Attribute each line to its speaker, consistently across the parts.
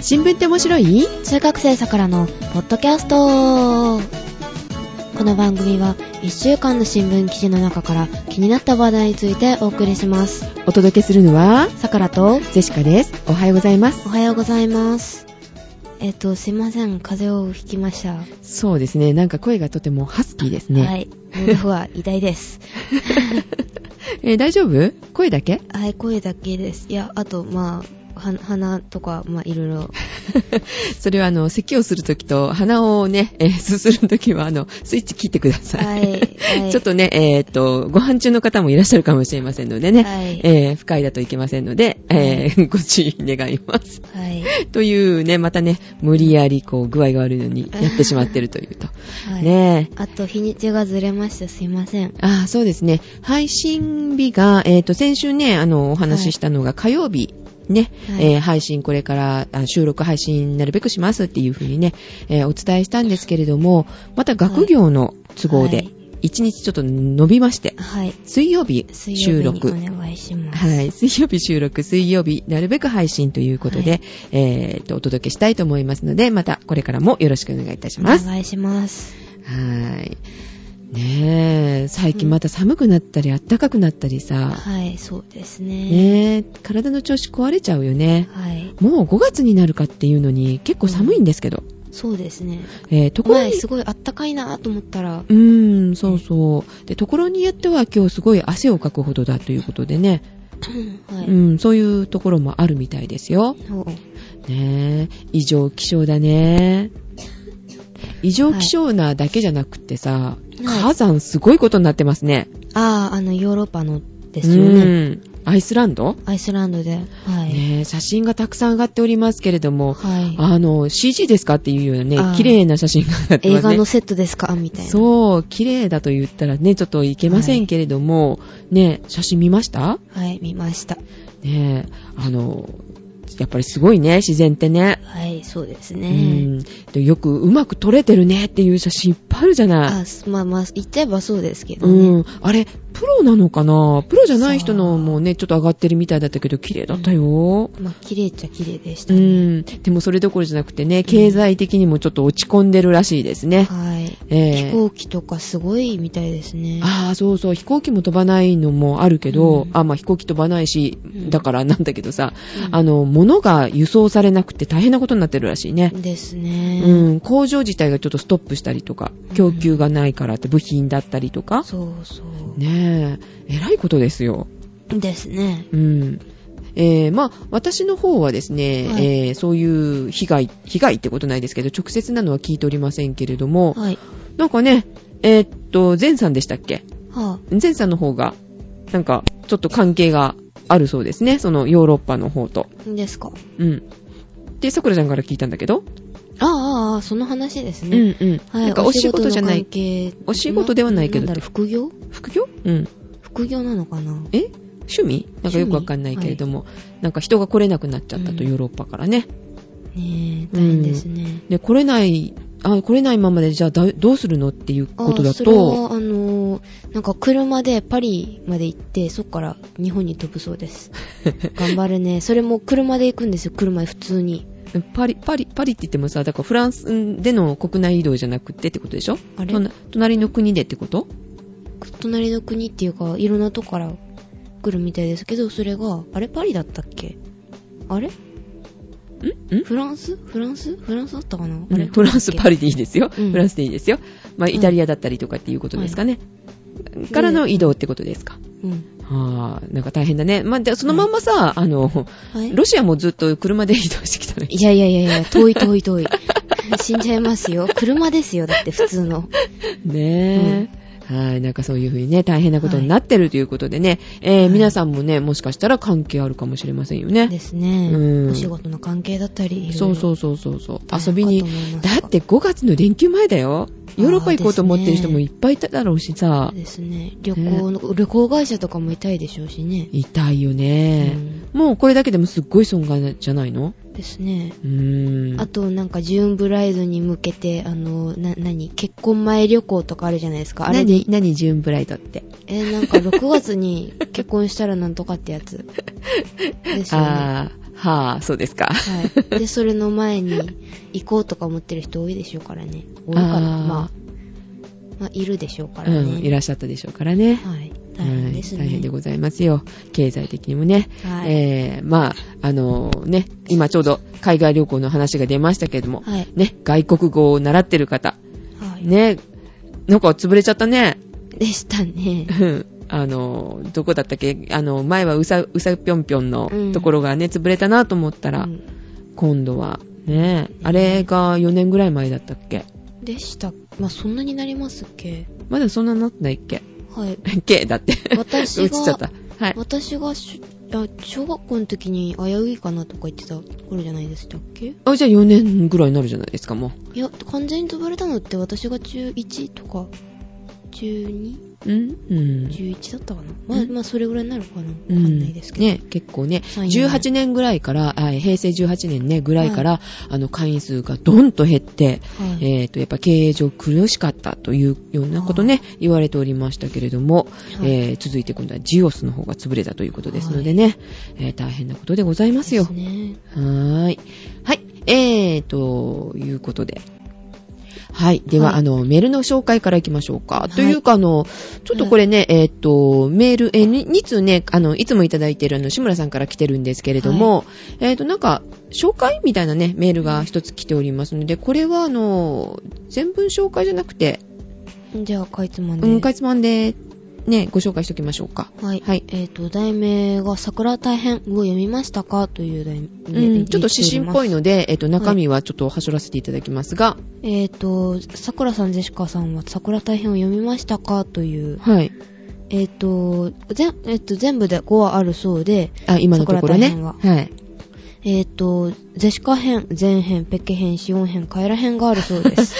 Speaker 1: 新聞って面白い
Speaker 2: 中学生さくらのポッドキャストこの番組は1週間の新聞記事の中から気になった話題についてお送りします
Speaker 1: お届けするのは、
Speaker 2: さくらと
Speaker 1: ジェシカです。おはようございます。
Speaker 2: おはようございますえっとすいません風邪をひきました、
Speaker 1: そうですね、なんか声がとてもハスキーですね。
Speaker 2: はい喉は偉大です
Speaker 1: えー大丈夫声だけ
Speaker 2: はい声だけですいやあとまあは鼻とかまあいろいろ
Speaker 1: それはあの、咳をするときと、鼻をね、えーすするときはあの、スイッチ切ってください。
Speaker 2: はいは い
Speaker 1: ちょっとね、えーっと、ご飯中の方もいらっしゃるかもしれませんのでね、
Speaker 2: はい
Speaker 1: えー不快だといけませんので、えーご注意願います。
Speaker 2: はい
Speaker 1: というね、またね、無理やりこう、具合が悪いのにやってしまってるというと。
Speaker 2: はい
Speaker 1: ねえ。
Speaker 2: あと日にちがずれましたすいません
Speaker 1: ああ、そうですね。配信日が、えっ、と、先週ね、あの、お話ししたのが火曜日。ね、
Speaker 2: はい
Speaker 1: えー配信これからあ収録配信なるべくしますっていうふうにね、えーお伝えしたんですけれども、また学業の都合
Speaker 2: は
Speaker 1: で
Speaker 2: い、
Speaker 1: 一日ちょっと伸びまして、
Speaker 2: はい
Speaker 1: 水曜日
Speaker 2: 水
Speaker 1: 収
Speaker 2: 曜日
Speaker 1: 録。
Speaker 2: にお願いします
Speaker 1: はい。水曜日収録、水曜日、なるべく配信ということで、
Speaker 2: はい
Speaker 1: えーと、お届けしたいと思いますので、またこれからもよろしくお願いいたし
Speaker 2: お
Speaker 1: ます。は
Speaker 2: 願いします。
Speaker 1: い。ねえ、最近また寒くなったり、暖かくなったりさ、
Speaker 2: はい、そうですね。
Speaker 1: ねえ、体の調子壊れちゃうよね。
Speaker 2: はい、
Speaker 1: もう5月になるかっていうのに、結構寒いんですけど、
Speaker 2: そうですね。
Speaker 1: えーところ
Speaker 2: 前
Speaker 1: に、
Speaker 2: すごいあったかいなと思ったら、
Speaker 1: うーん、そうそう。で、ところによっては今日すごい汗をかくほどだということでね、
Speaker 2: は
Speaker 1: う
Speaker 2: い。
Speaker 1: ん、そういうところもあるみたいですよ。
Speaker 2: そう
Speaker 1: ねえ、異常気象だね。異常気象なだけじゃなくってさ、
Speaker 2: い
Speaker 1: 火山すごいことになってますね。
Speaker 2: ああ、あの、ヨーロッパので
Speaker 1: です
Speaker 2: よね。
Speaker 1: アイスランド、
Speaker 2: アイスランドで。はい。
Speaker 1: ねえ、写真がたくさん上がっておりますけれども、
Speaker 2: はい。
Speaker 1: あの、CG ですかっていうようなね
Speaker 2: あ、ー
Speaker 1: 綺麗な写真が上がってますね。
Speaker 2: 映画のセットですかみたい な。
Speaker 1: そう、綺麗だと言ったらね、ちょっといけませんけれども、ねえ、写真見ました
Speaker 2: はい、見ました。
Speaker 1: ねえ、あの、やっぱりすごいね、自然ってね。
Speaker 2: はい、そうです
Speaker 1: う
Speaker 2: ね。
Speaker 1: ん、でよくうまく撮れてるねっていう写真いっぱいあるじゃない。
Speaker 2: あ、すまあまあ、言っちゃえばそうですけど
Speaker 1: う
Speaker 2: ね。
Speaker 1: ん、あれ、プロなのかなプロじゃない人のもね、ちょっと上がってるみたいだったけど、綺麗だったよ。
Speaker 2: まあ、綺麗っちゃ綺麗でし
Speaker 1: う
Speaker 2: たね。
Speaker 1: ん、でもそれどころじゃなくてね、経済的にもちょっと落ち込んでるらしいですね。
Speaker 2: はい。
Speaker 1: ええ
Speaker 2: 飛行機とかすごいみたいですね。
Speaker 1: ああ、そうそう、飛行機も飛ばないのもあるけど、
Speaker 2: うん
Speaker 1: あ、まあ飛行機飛ばないし
Speaker 2: う、ん
Speaker 1: だからなんだけどさ、
Speaker 2: うん
Speaker 1: あの、物が輸送されなくて大変なことになってるらしいね。
Speaker 2: です
Speaker 1: う
Speaker 2: ね。
Speaker 1: ん、工場自体がちょっとストップしたりとか、供給がないからって部品だったりとか、
Speaker 2: そうそう。
Speaker 1: ねえ、えらいことですよ。
Speaker 2: ですね。
Speaker 1: うん。えー、まあ、私の方はですね、
Speaker 2: はい
Speaker 1: えー、そういう被害、被害ってことないですけど、直接なのは聞いておりませんけれども、
Speaker 2: はい。
Speaker 1: なんかね、えーっと、前さんでしたっけ
Speaker 2: は
Speaker 1: 前さんの方が、なんか、ちょっと関係があるそうですね。そのヨーロッパの方と。
Speaker 2: あ、ですか。
Speaker 1: うん。で、さくらちゃんから聞いたんだけど、
Speaker 2: ああああ、その話です
Speaker 1: う
Speaker 2: ね。
Speaker 1: んうん。
Speaker 2: はい。
Speaker 1: なんかお仕事じゃない、
Speaker 2: お仕事の関係
Speaker 1: お仕事ではないけど
Speaker 2: んだろう、副業
Speaker 1: 副業うん。
Speaker 2: 副業なのかな
Speaker 1: え趣味なんかよくわかんないけれども、なんか人が来れなくなっちゃったと、
Speaker 2: うん
Speaker 1: ヨーロッパからね。
Speaker 2: ねえ、大変ですね。
Speaker 1: で、来れない、あ、来れないままでじゃあだどうするのっていう
Speaker 2: ああ
Speaker 1: ことだ
Speaker 2: それ
Speaker 1: と、
Speaker 2: は、あのー、なんか車でパリまで行って、そっから日本に飛ぶそう です。頑張るね。それも車で行くんですよ、車で普通に。
Speaker 1: パリ、パリ、パリって言ってもさ、だからフランスでの国内移動じゃなくてってことでしょ
Speaker 2: あれ
Speaker 1: とな隣の国でってこと
Speaker 2: 隣の国っていうか、いろんなとこから来るみたいですけど、それが、あれパリだったっけあれ
Speaker 1: んん
Speaker 2: フランスフランスフランスだったかな、あ
Speaker 1: うん
Speaker 2: れ
Speaker 1: フランス、パ
Speaker 2: リ
Speaker 1: リでいいですよ。
Speaker 2: うん
Speaker 1: フランスでいいですよ。まあ、
Speaker 2: ん
Speaker 1: イタリアだったりとかっていうことですかね。からの移動ってことですか。
Speaker 2: うん。
Speaker 1: はあ、なんか大変だね。まあ、でそのまんまさ、あの、
Speaker 2: はい。
Speaker 1: ロシアもずっと車で移動してきたのに。
Speaker 2: いやいやいやいや、遠い遠い遠い。 死んじゃいますよ。車ですよ、だって普通の。
Speaker 1: ねえ。はい。なんかそういうふうにね、大変なことになってるということでね、えー
Speaker 2: はい
Speaker 1: 皆さんもね、もしかしたら関係あるかもしれませんよね。
Speaker 2: ですね。
Speaker 1: うん
Speaker 2: お仕事の関係だったり、。
Speaker 1: そうそううそうそうそう。
Speaker 2: 大変
Speaker 1: 遊びに
Speaker 2: かと思い。ますが
Speaker 1: だって5月の連休前だよ。ヨーロッパ行こうと思ってる人もいっぱいいただろうしさ。
Speaker 2: ですね。旅行の、旅行会社とかもいたいでしょうしね。
Speaker 1: 痛いよね、もうこれだけでもすっごい損害じゃないの
Speaker 2: ですね。
Speaker 1: うーん。
Speaker 2: あと、なんか、ジューンブライドに向けて、あの、な、何結婚前旅行とかあるじゃないですか。あれで、
Speaker 1: 何、何、ジューンブライドって。
Speaker 2: え、なんか、6月に結婚したらなんとかってやつ。ですよね。
Speaker 1: あはあ、そうですか。
Speaker 2: はい。で、それの前に行こうとか思ってる人多いでしょうからね。多いかな。
Speaker 1: あー
Speaker 2: まあ、まあ、いるでしょうからね。
Speaker 1: うん、いらっしゃったでしょうからね。
Speaker 2: はい。大変ですね。
Speaker 1: はい大変でございますよ。経済的にもね。
Speaker 2: はい
Speaker 1: えー、まあ、あのね、今ちょうど海外旅行の話が出ましたけれども、
Speaker 2: はい。
Speaker 1: ね、外国語を習ってる方、
Speaker 2: はい。
Speaker 1: ね、なんか潰れちゃったね。
Speaker 2: でしたね。
Speaker 1: うんあの、どこだったっけあの、前はうさ、うさぴょんぴょんの
Speaker 2: うん
Speaker 1: ところがね、潰れたなと思ったら、
Speaker 2: うん
Speaker 1: 今度は、ね、あれが4年ぐらい前だったっけ
Speaker 2: でした。まあ、そんなになりますっけ
Speaker 1: まだそんななってないっけ
Speaker 2: はい。
Speaker 1: けだって。
Speaker 2: 私が
Speaker 1: 映っちゃった。はい。
Speaker 2: 私がしあ小学校の時に危ういかなとか言ってた頃じゃないでしたっけ
Speaker 1: あ、じゃあ4年ぐらいになるじゃないですか、もう。
Speaker 2: いや、完全に潰れたのって私が中1とか、中 2?11
Speaker 1: うん、うん。
Speaker 2: だったかなまあ、
Speaker 1: うん
Speaker 2: まあ、それぐらいになるかなわ
Speaker 1: う
Speaker 2: か
Speaker 1: ん
Speaker 2: んないですけど。
Speaker 1: ね、結構ね、
Speaker 2: 三四年
Speaker 1: 18年ぐらいから、あ平成18年ね、ぐらいから、あの、会員数がどんと減って、
Speaker 2: はい。
Speaker 1: えっ、と、やっぱ経営上苦しかったというようなことね、言われておりましたけれども、
Speaker 2: はい
Speaker 1: えー続いて今度はジオスの方が潰れたということですのでね、えー大変なことでございますよ。
Speaker 2: ですね。
Speaker 1: はーい。はい。えー、ということで。はい。では、
Speaker 2: はい
Speaker 1: あの、メールの紹介からいきましょうか。
Speaker 2: い
Speaker 1: というか、あの、ちょっとこれね、えーっと、メール、えー、に2通ね、あの、いつもいただいている、あの、志村さんから来てるんですけれども、えーっと、なんか、紹介みたいなね、メールが一つ来ておりますので、これは、あの、全文紹介じゃなくて、
Speaker 2: じゃあ、かいつまんで。
Speaker 1: うん、かいつまんで、ね、ご紹介しておきましょうか。
Speaker 2: はい。
Speaker 1: はい
Speaker 2: えっ、と、題名が桜大変を読みましたかという題
Speaker 1: う
Speaker 2: 名、
Speaker 1: ん、ちょっと指針っぽい
Speaker 2: の。
Speaker 1: ので、えーっと、中身はちょっとはしょらせていただきますが、
Speaker 2: えっ、と、桜さん、ジェシカさんは桜大変を読みましたかという、
Speaker 1: はい。
Speaker 2: えっ、と、ぜえっ、と、全部で5話あるそうで、
Speaker 1: あ、今のところね。
Speaker 2: 桜大
Speaker 1: はい。
Speaker 2: えっ、と、ゼシカ編、前編、ペケ編、シオン編、カエラ編があるそう です。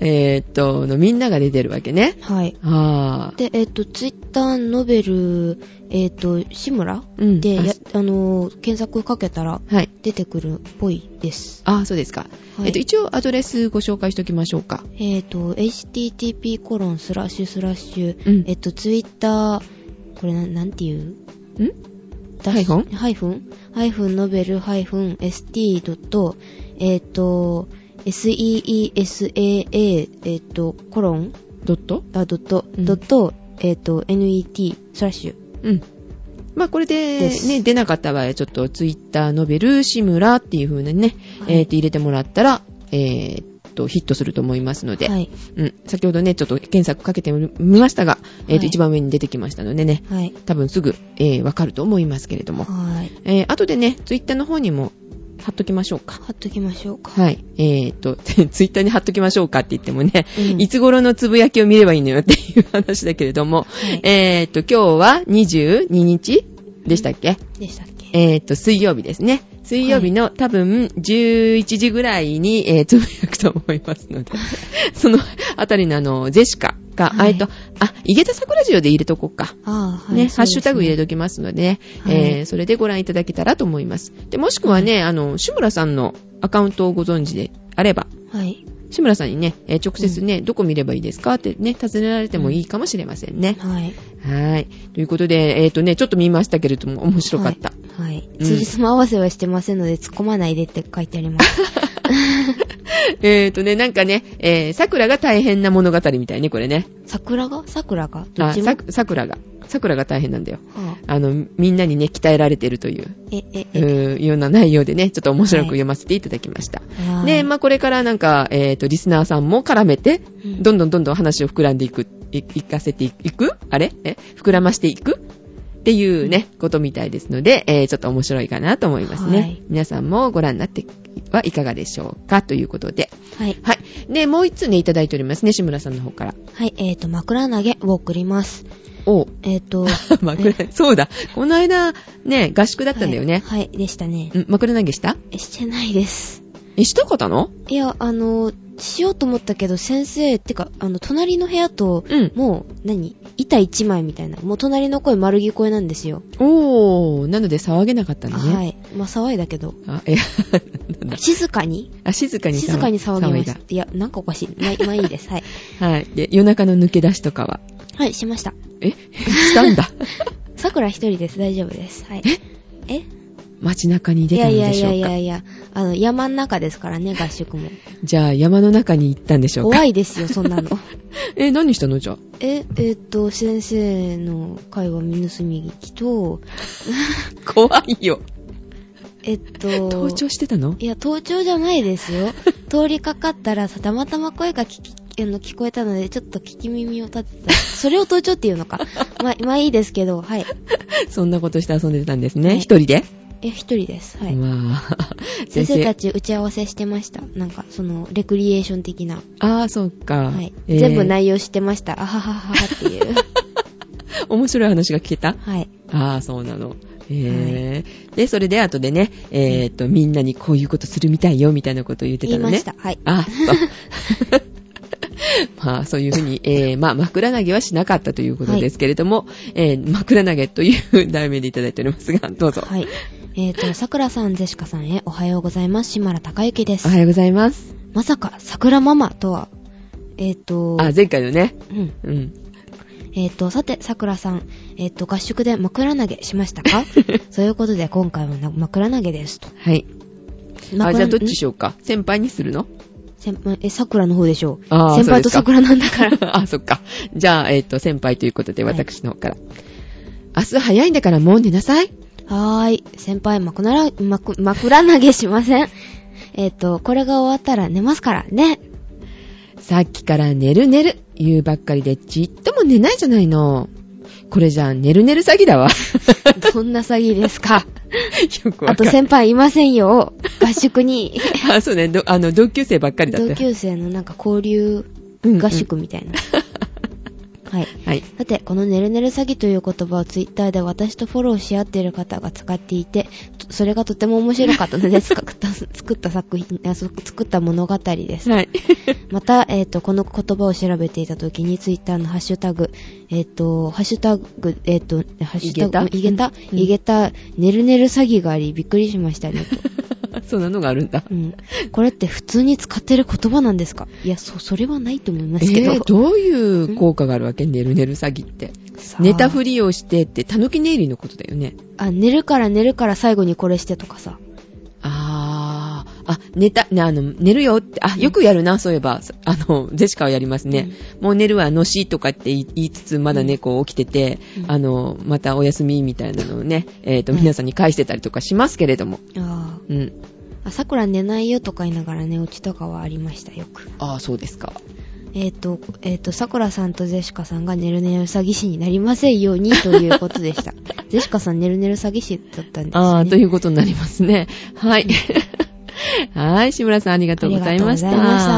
Speaker 1: えーっと、のみんなが出てるわけね。
Speaker 2: はい。
Speaker 1: ああ。
Speaker 2: で、えっ、と、ツイッター、ノベル、えっ、と、志村
Speaker 1: うん
Speaker 2: で、
Speaker 1: あ
Speaker 2: やあのー、検索かけたら
Speaker 1: はい。
Speaker 2: 出てくるっぽいです。
Speaker 1: あそうですか。
Speaker 2: はい
Speaker 1: えっと、一応アドレスご紹介しておきましょうか。
Speaker 2: えっ、と、http コロンスラッシュスラッシュ、
Speaker 1: うん
Speaker 2: えっ、と、ツイッター、これな、なんていうん
Speaker 1: ハイフン
Speaker 2: ハイフンハイフンノベルハイフン st. えっ、と、seesaa えっ、と、コロン
Speaker 1: ドット
Speaker 2: あ、ドット、
Speaker 1: うん
Speaker 2: ドット、えっ、と、net スラッシュ。
Speaker 1: うん。まあ、これで、
Speaker 2: です
Speaker 1: ね、出なかった場合は、ちょっと、ツイッター、ノベル、シムラっていう風なね、
Speaker 2: はい
Speaker 1: えーっと、入れてもらったら、えーっと、ヒットすると思いますので、
Speaker 2: はい。
Speaker 1: うん。先ほどね、ちょっと検索かけてみましたが、えーっ
Speaker 2: は
Speaker 1: と、
Speaker 2: い
Speaker 1: 一番上に出てきましたのでね、
Speaker 2: はい。
Speaker 1: 多分すぐ、えーわかると思いますけれども。
Speaker 2: はい。
Speaker 1: えー、後でね、ツイッターの方にも貼っときましょうか。
Speaker 2: 貼っときましょうか。
Speaker 1: はい。えーっと、 ツイッターに貼っときましょうかって言ってもね、
Speaker 2: うん
Speaker 1: いつ頃のつぶやきを見ればいいのよっていう話だけれども、
Speaker 2: はい
Speaker 1: えーっと、今日は22日でしたっけ、
Speaker 2: でしたっけ
Speaker 1: えーっと、水曜日ですね。水曜日の、多分11時ぐらいに、えーつぶやくと思います ので、そのあたりのあの、ジェシカが、
Speaker 2: は
Speaker 1: あ
Speaker 2: い
Speaker 1: えっと、あ、井桁桜ジオで入れとこうか。
Speaker 2: ああ、はい。
Speaker 1: ね、
Speaker 2: そうです
Speaker 1: ハッシュタグ入れときますのでね、
Speaker 2: はい
Speaker 1: えーそれでご覧いただけたらと思います。で、もしくはね、あの、志村さんのアカウントをご存知であれば、
Speaker 2: はい。
Speaker 1: 志村さんにね、えー直接ね、どこ見ればいいですかってね、尋ねられてもいいかもしれませんね。
Speaker 2: はい。
Speaker 1: はーい。ということで、えっ、とね、ちょっと見ましたけれども、面白かった。
Speaker 2: はい。はい
Speaker 1: ん。
Speaker 2: つじつま合わせはしてませんので、突っ込まないでって書いてあります。
Speaker 1: えっ、とね、なんかね、えー、桜が大変な物語みたいね、これね。
Speaker 2: 桜が桜がどっ
Speaker 1: あ、
Speaker 2: ちも
Speaker 1: さ桜が。桜が大変なんだよ。
Speaker 2: はあ
Speaker 1: あの、みんなにね、鍛えられてるという、
Speaker 2: え、え、
Speaker 1: う
Speaker 2: え。
Speaker 1: ーような内容でね、ちょっと面白く
Speaker 2: はい
Speaker 1: 読ませていただきました。
Speaker 2: はーい
Speaker 1: で、まあ、これからなんか、えっ、と、リスナーさんも絡めて、
Speaker 2: うん
Speaker 1: どんどんどんどん話を膨らんでいく、いいかせていくあれえ膨らましていくっていうね、ことみたいですので、えーちょっと面白いかなと思いますね。
Speaker 2: はい
Speaker 1: 皆さんもご覧になってはいかがでしょうかということで。
Speaker 2: はい。
Speaker 1: はい。で、もう一通ね、いただいておりますね、志村さんの方から。
Speaker 2: はい、えっ、と、枕投げを送ります。
Speaker 1: おう
Speaker 2: えっ、と、
Speaker 1: 枕、そうだ。この間、ね、合宿だったんだよね。
Speaker 2: はい、はいでしたね。
Speaker 1: うん、枕投げした
Speaker 2: えしてないです。
Speaker 1: え、したかったの
Speaker 2: いや、あの、しようと思ったけど、先生、ってか、あの、隣の部屋と、
Speaker 1: うん。
Speaker 2: もう、何板一枚みたいな。もう隣の声丸聞こえなんですよ。
Speaker 1: おー、なので騒げなかったのね。。
Speaker 2: はいい。まあ、騒いだけど。
Speaker 1: あ、いや、なんだ。
Speaker 2: 静かに
Speaker 1: あ、静かに騒
Speaker 2: 静かに騒ぎま
Speaker 1: い
Speaker 2: し
Speaker 1: だ
Speaker 2: た。いや、なんかおかしい。まあ、まあいいです。はい。
Speaker 1: はい。で、夜中の抜け出しとかは
Speaker 2: はい、しました。
Speaker 1: え したんだ。
Speaker 2: 桜一人です。大丈夫です。はい。え
Speaker 1: 街中に
Speaker 2: い
Speaker 1: 出た
Speaker 2: や
Speaker 1: の
Speaker 2: いや
Speaker 1: で
Speaker 2: い
Speaker 1: しょ
Speaker 2: やいう
Speaker 1: か
Speaker 2: やいや、あの、山の中ですからね、合宿も。
Speaker 1: じゃあ山の中に行ったんでしょうか
Speaker 2: 怖いですよ、そんなの。
Speaker 1: え何したのじゃあ
Speaker 2: え、えーっと、先生の会話見盗み聞きと、
Speaker 1: 怖いよ
Speaker 2: えっと、
Speaker 1: 盗聴してたの
Speaker 2: いや、盗聴じゃないで すよ。通りかかったらさ、たまたま声が聞き、あの、聞こえたので、ちょっと聞き耳を立てた。それを盗聴っていうの か。まあ、まあいいですけど、はい。
Speaker 1: そんなことして遊んでたんです
Speaker 2: は
Speaker 1: ね
Speaker 2: い
Speaker 1: 一人で
Speaker 2: え、一人です。はい。
Speaker 1: わあ
Speaker 2: 先生たち打ち合わせしてました。なんか、その、レクリエーション的な。
Speaker 1: ああそうか、
Speaker 2: はい。
Speaker 1: えー
Speaker 2: 全部内容してました。あははははって いう。
Speaker 1: 面白い話が聞けた
Speaker 2: はい。
Speaker 1: ああ、そうなの。へえ、で、それで後でね、えーっと、みんなにこういうことするみたいよ、みたいなことを言ってた
Speaker 2: 言い
Speaker 1: の
Speaker 2: ま
Speaker 1: ね。
Speaker 2: した。はい。
Speaker 1: あ、そう。 まあ、そういうふうに、えー、まあ、枕投げはしなかったということですけれども、えー、枕投げという題名でいただいておりますが、どうぞ。
Speaker 2: はい。えっ、と、桜さん、ゼシカさんへおはようございます。島原隆之です。
Speaker 1: おはようございます。
Speaker 2: まさか、桜ママとは、えっ、と、
Speaker 1: あ、前回のね。
Speaker 2: うん。
Speaker 1: うん。
Speaker 2: えっ、と、さて、桜さん、えっ、と、合宿で枕投げしました かそういうことで、今回はな枕投げですと。
Speaker 1: はい。あ、
Speaker 2: 枕
Speaker 1: じゃあどっち
Speaker 2: ん
Speaker 1: しようか。先輩にするの
Speaker 2: 先輩え、桜の方でしょう。
Speaker 1: あー
Speaker 2: 先輩と
Speaker 1: そうで
Speaker 2: 桜なんだから。
Speaker 1: あ、そっか。じゃあ、えーっと、先輩ということで、
Speaker 2: はい
Speaker 1: 私の方から。明日早いんだからもう寝なさい。
Speaker 2: はーい。先輩、枕ら、枕、枕投げしません。えっ、と、これが終わったら寝ますから、ね。
Speaker 1: さっきから寝る寝る言うばっかりでちっとも寝ないじゃないの。これじゃあ寝る寝る詐欺だわ。
Speaker 2: どんな詐欺ですか。
Speaker 1: よくわ
Speaker 2: あ
Speaker 1: か
Speaker 2: と
Speaker 1: る。
Speaker 2: 先輩いませんよ。合宿に。
Speaker 1: あ、そうね。どあの、同級生ばっかりだった。
Speaker 2: 同級生のなんか交流
Speaker 1: うんうん
Speaker 2: 合宿みたいな。 はい。
Speaker 1: はい。
Speaker 2: さて、このねるねる詐欺という言葉をツイッターで私とフォローし合っている方が使っていて、とそれがとても面白かっ たので作った、作った作品、あそ作った物語です。
Speaker 1: はい。
Speaker 2: また、えっ、と、この言葉を調べていたときに、ツイッターのハッシュタグ、えっ、と、ハッシュタグ、えっ、と、ハッシュタグ、
Speaker 1: い
Speaker 2: い
Speaker 1: げ
Speaker 2: げ
Speaker 1: た
Speaker 2: た、
Speaker 1: うん
Speaker 2: いげた、ねるねる詐欺があり、びっくりしましたね、と。
Speaker 1: そんなのがあるんだ
Speaker 2: う。ん。これって普通に使ってる言葉なんですかいや、そ、それはないと思いますけど。
Speaker 1: えー、どういう効果があるわけ寝る寝る詐欺って。
Speaker 2: さあ
Speaker 1: 寝たふりをしてって、たぬき寝入りのことだよね。
Speaker 2: あ、寝るから寝るから最後にこれしてとかさ。
Speaker 1: あー、あ、寝た、ね、あの、寝るよって、あ、よくやるな、そういえば、あの、ジェシカはやりますね。もう寝るわ、のしとかって言い言いつつ、まだね、
Speaker 2: うん
Speaker 1: こう起きてて、
Speaker 2: うん
Speaker 1: あの、またお休みみたいなのをね、えっ、と、
Speaker 2: はい
Speaker 1: 皆さんに返してたりとかしますけれども。
Speaker 2: あ
Speaker 1: うん。
Speaker 2: あ。さくら寝ないよとか言いながら寝落ちとかはありました、よく。
Speaker 1: ああ、そうですか。
Speaker 2: えっ、と、えっ、と、さくらさんとゼシカさんがねるねる詐欺師になりませんようにということ でした。ゼシカさんねるねる詐欺師だったんですね。
Speaker 1: ああ、と
Speaker 2: う
Speaker 1: いうことになりますね。 はい。はい、志村さんありがとうございました。
Speaker 2: ありがとうござい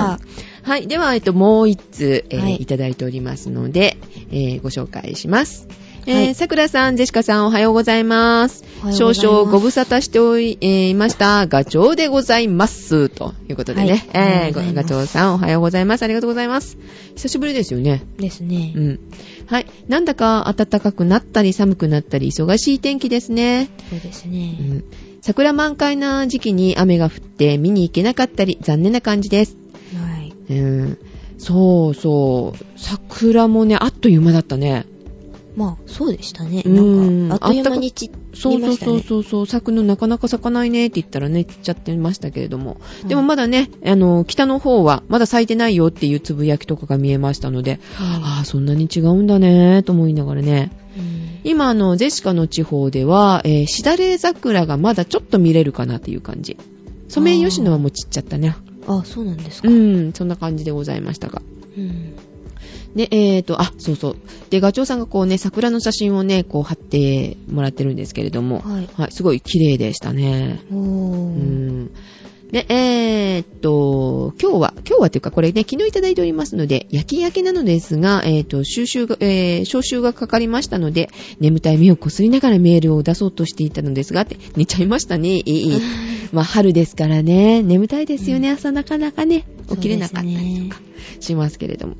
Speaker 2: ま
Speaker 1: はい、では、えっと、もう一つ、えー
Speaker 2: はい
Speaker 1: い、ただいておりますので、えーご紹介します。
Speaker 2: は
Speaker 1: えー、
Speaker 2: い
Speaker 1: さくらさん、ジェシカさん、おはようございます。
Speaker 2: おはよ
Speaker 1: 少
Speaker 2: うございます
Speaker 1: 々ご無沙汰しておい,、えーいました。ガチョウでございます。ということでね。
Speaker 2: はい
Speaker 1: えー
Speaker 2: おはようございます
Speaker 1: ガチョウさん、おはようございます。ありがとうございます。久しぶりですよね。
Speaker 2: ですね。
Speaker 1: うん。はい。なんだか暖かくなったり寒くなったり忙しい天気ですね。
Speaker 2: そうです
Speaker 1: う
Speaker 2: ね。
Speaker 1: ん桜満開な時期に雨が降って見に行けなかったり残念な感じです。
Speaker 2: はい。
Speaker 1: うん、そうそう。桜もね、あっという間だったね。
Speaker 2: まあ、そうでしたね。
Speaker 1: うん
Speaker 2: なんか、あっという間にち、
Speaker 1: そうそうそう
Speaker 2: う。
Speaker 1: そうそう、咲くのなかなか咲かないねって言ったらね、言っちゃってましたけれども。
Speaker 2: い
Speaker 1: でもまだね、あの、北の方はまだ咲いてないよっていうつぶやきとかが見えましたので、
Speaker 2: は
Speaker 1: ああ、そんなに違うんだねと思いながらね。
Speaker 2: いうん
Speaker 1: 今、あの、ゼシカの地方では、えー、しだれ桜がまだちょっと見れるかなっていう感じ。ソメイヨシノはもう散っちゃったね。
Speaker 2: あ、そうなんですか。
Speaker 1: うん、そんな感じでございましたが。
Speaker 2: うん
Speaker 1: で、えーと、あ、そうそう。で、ガチョウさんがこうね、桜の写真をね、こう貼ってもらってるんですけれども、
Speaker 2: はい
Speaker 1: すごい綺麗でしたね。
Speaker 2: お
Speaker 1: う
Speaker 2: ー。
Speaker 1: ん。で、えーと、今日は、今日はというかこれね、昨日いただいておりますので、焼き焼けなのですが、えーと、収集が、えー、消臭がかかりましたので、眠たい目をこすりながらメールを出そうとしていたのですが、って、寝ちゃいましたね。いいいいまあ、春ですからね、眠たいですよね、朝なかなかね、起きれなかったりとか。
Speaker 2: そうですね
Speaker 1: しますけれども。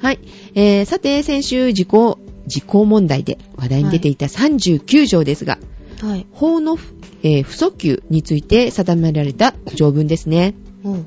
Speaker 1: はい。えー、さて、先週、時効、時効問題で話題に出ていた39条ですが、
Speaker 2: はい。
Speaker 1: 法の、えー不訴求について定められた条文ですね。
Speaker 2: おう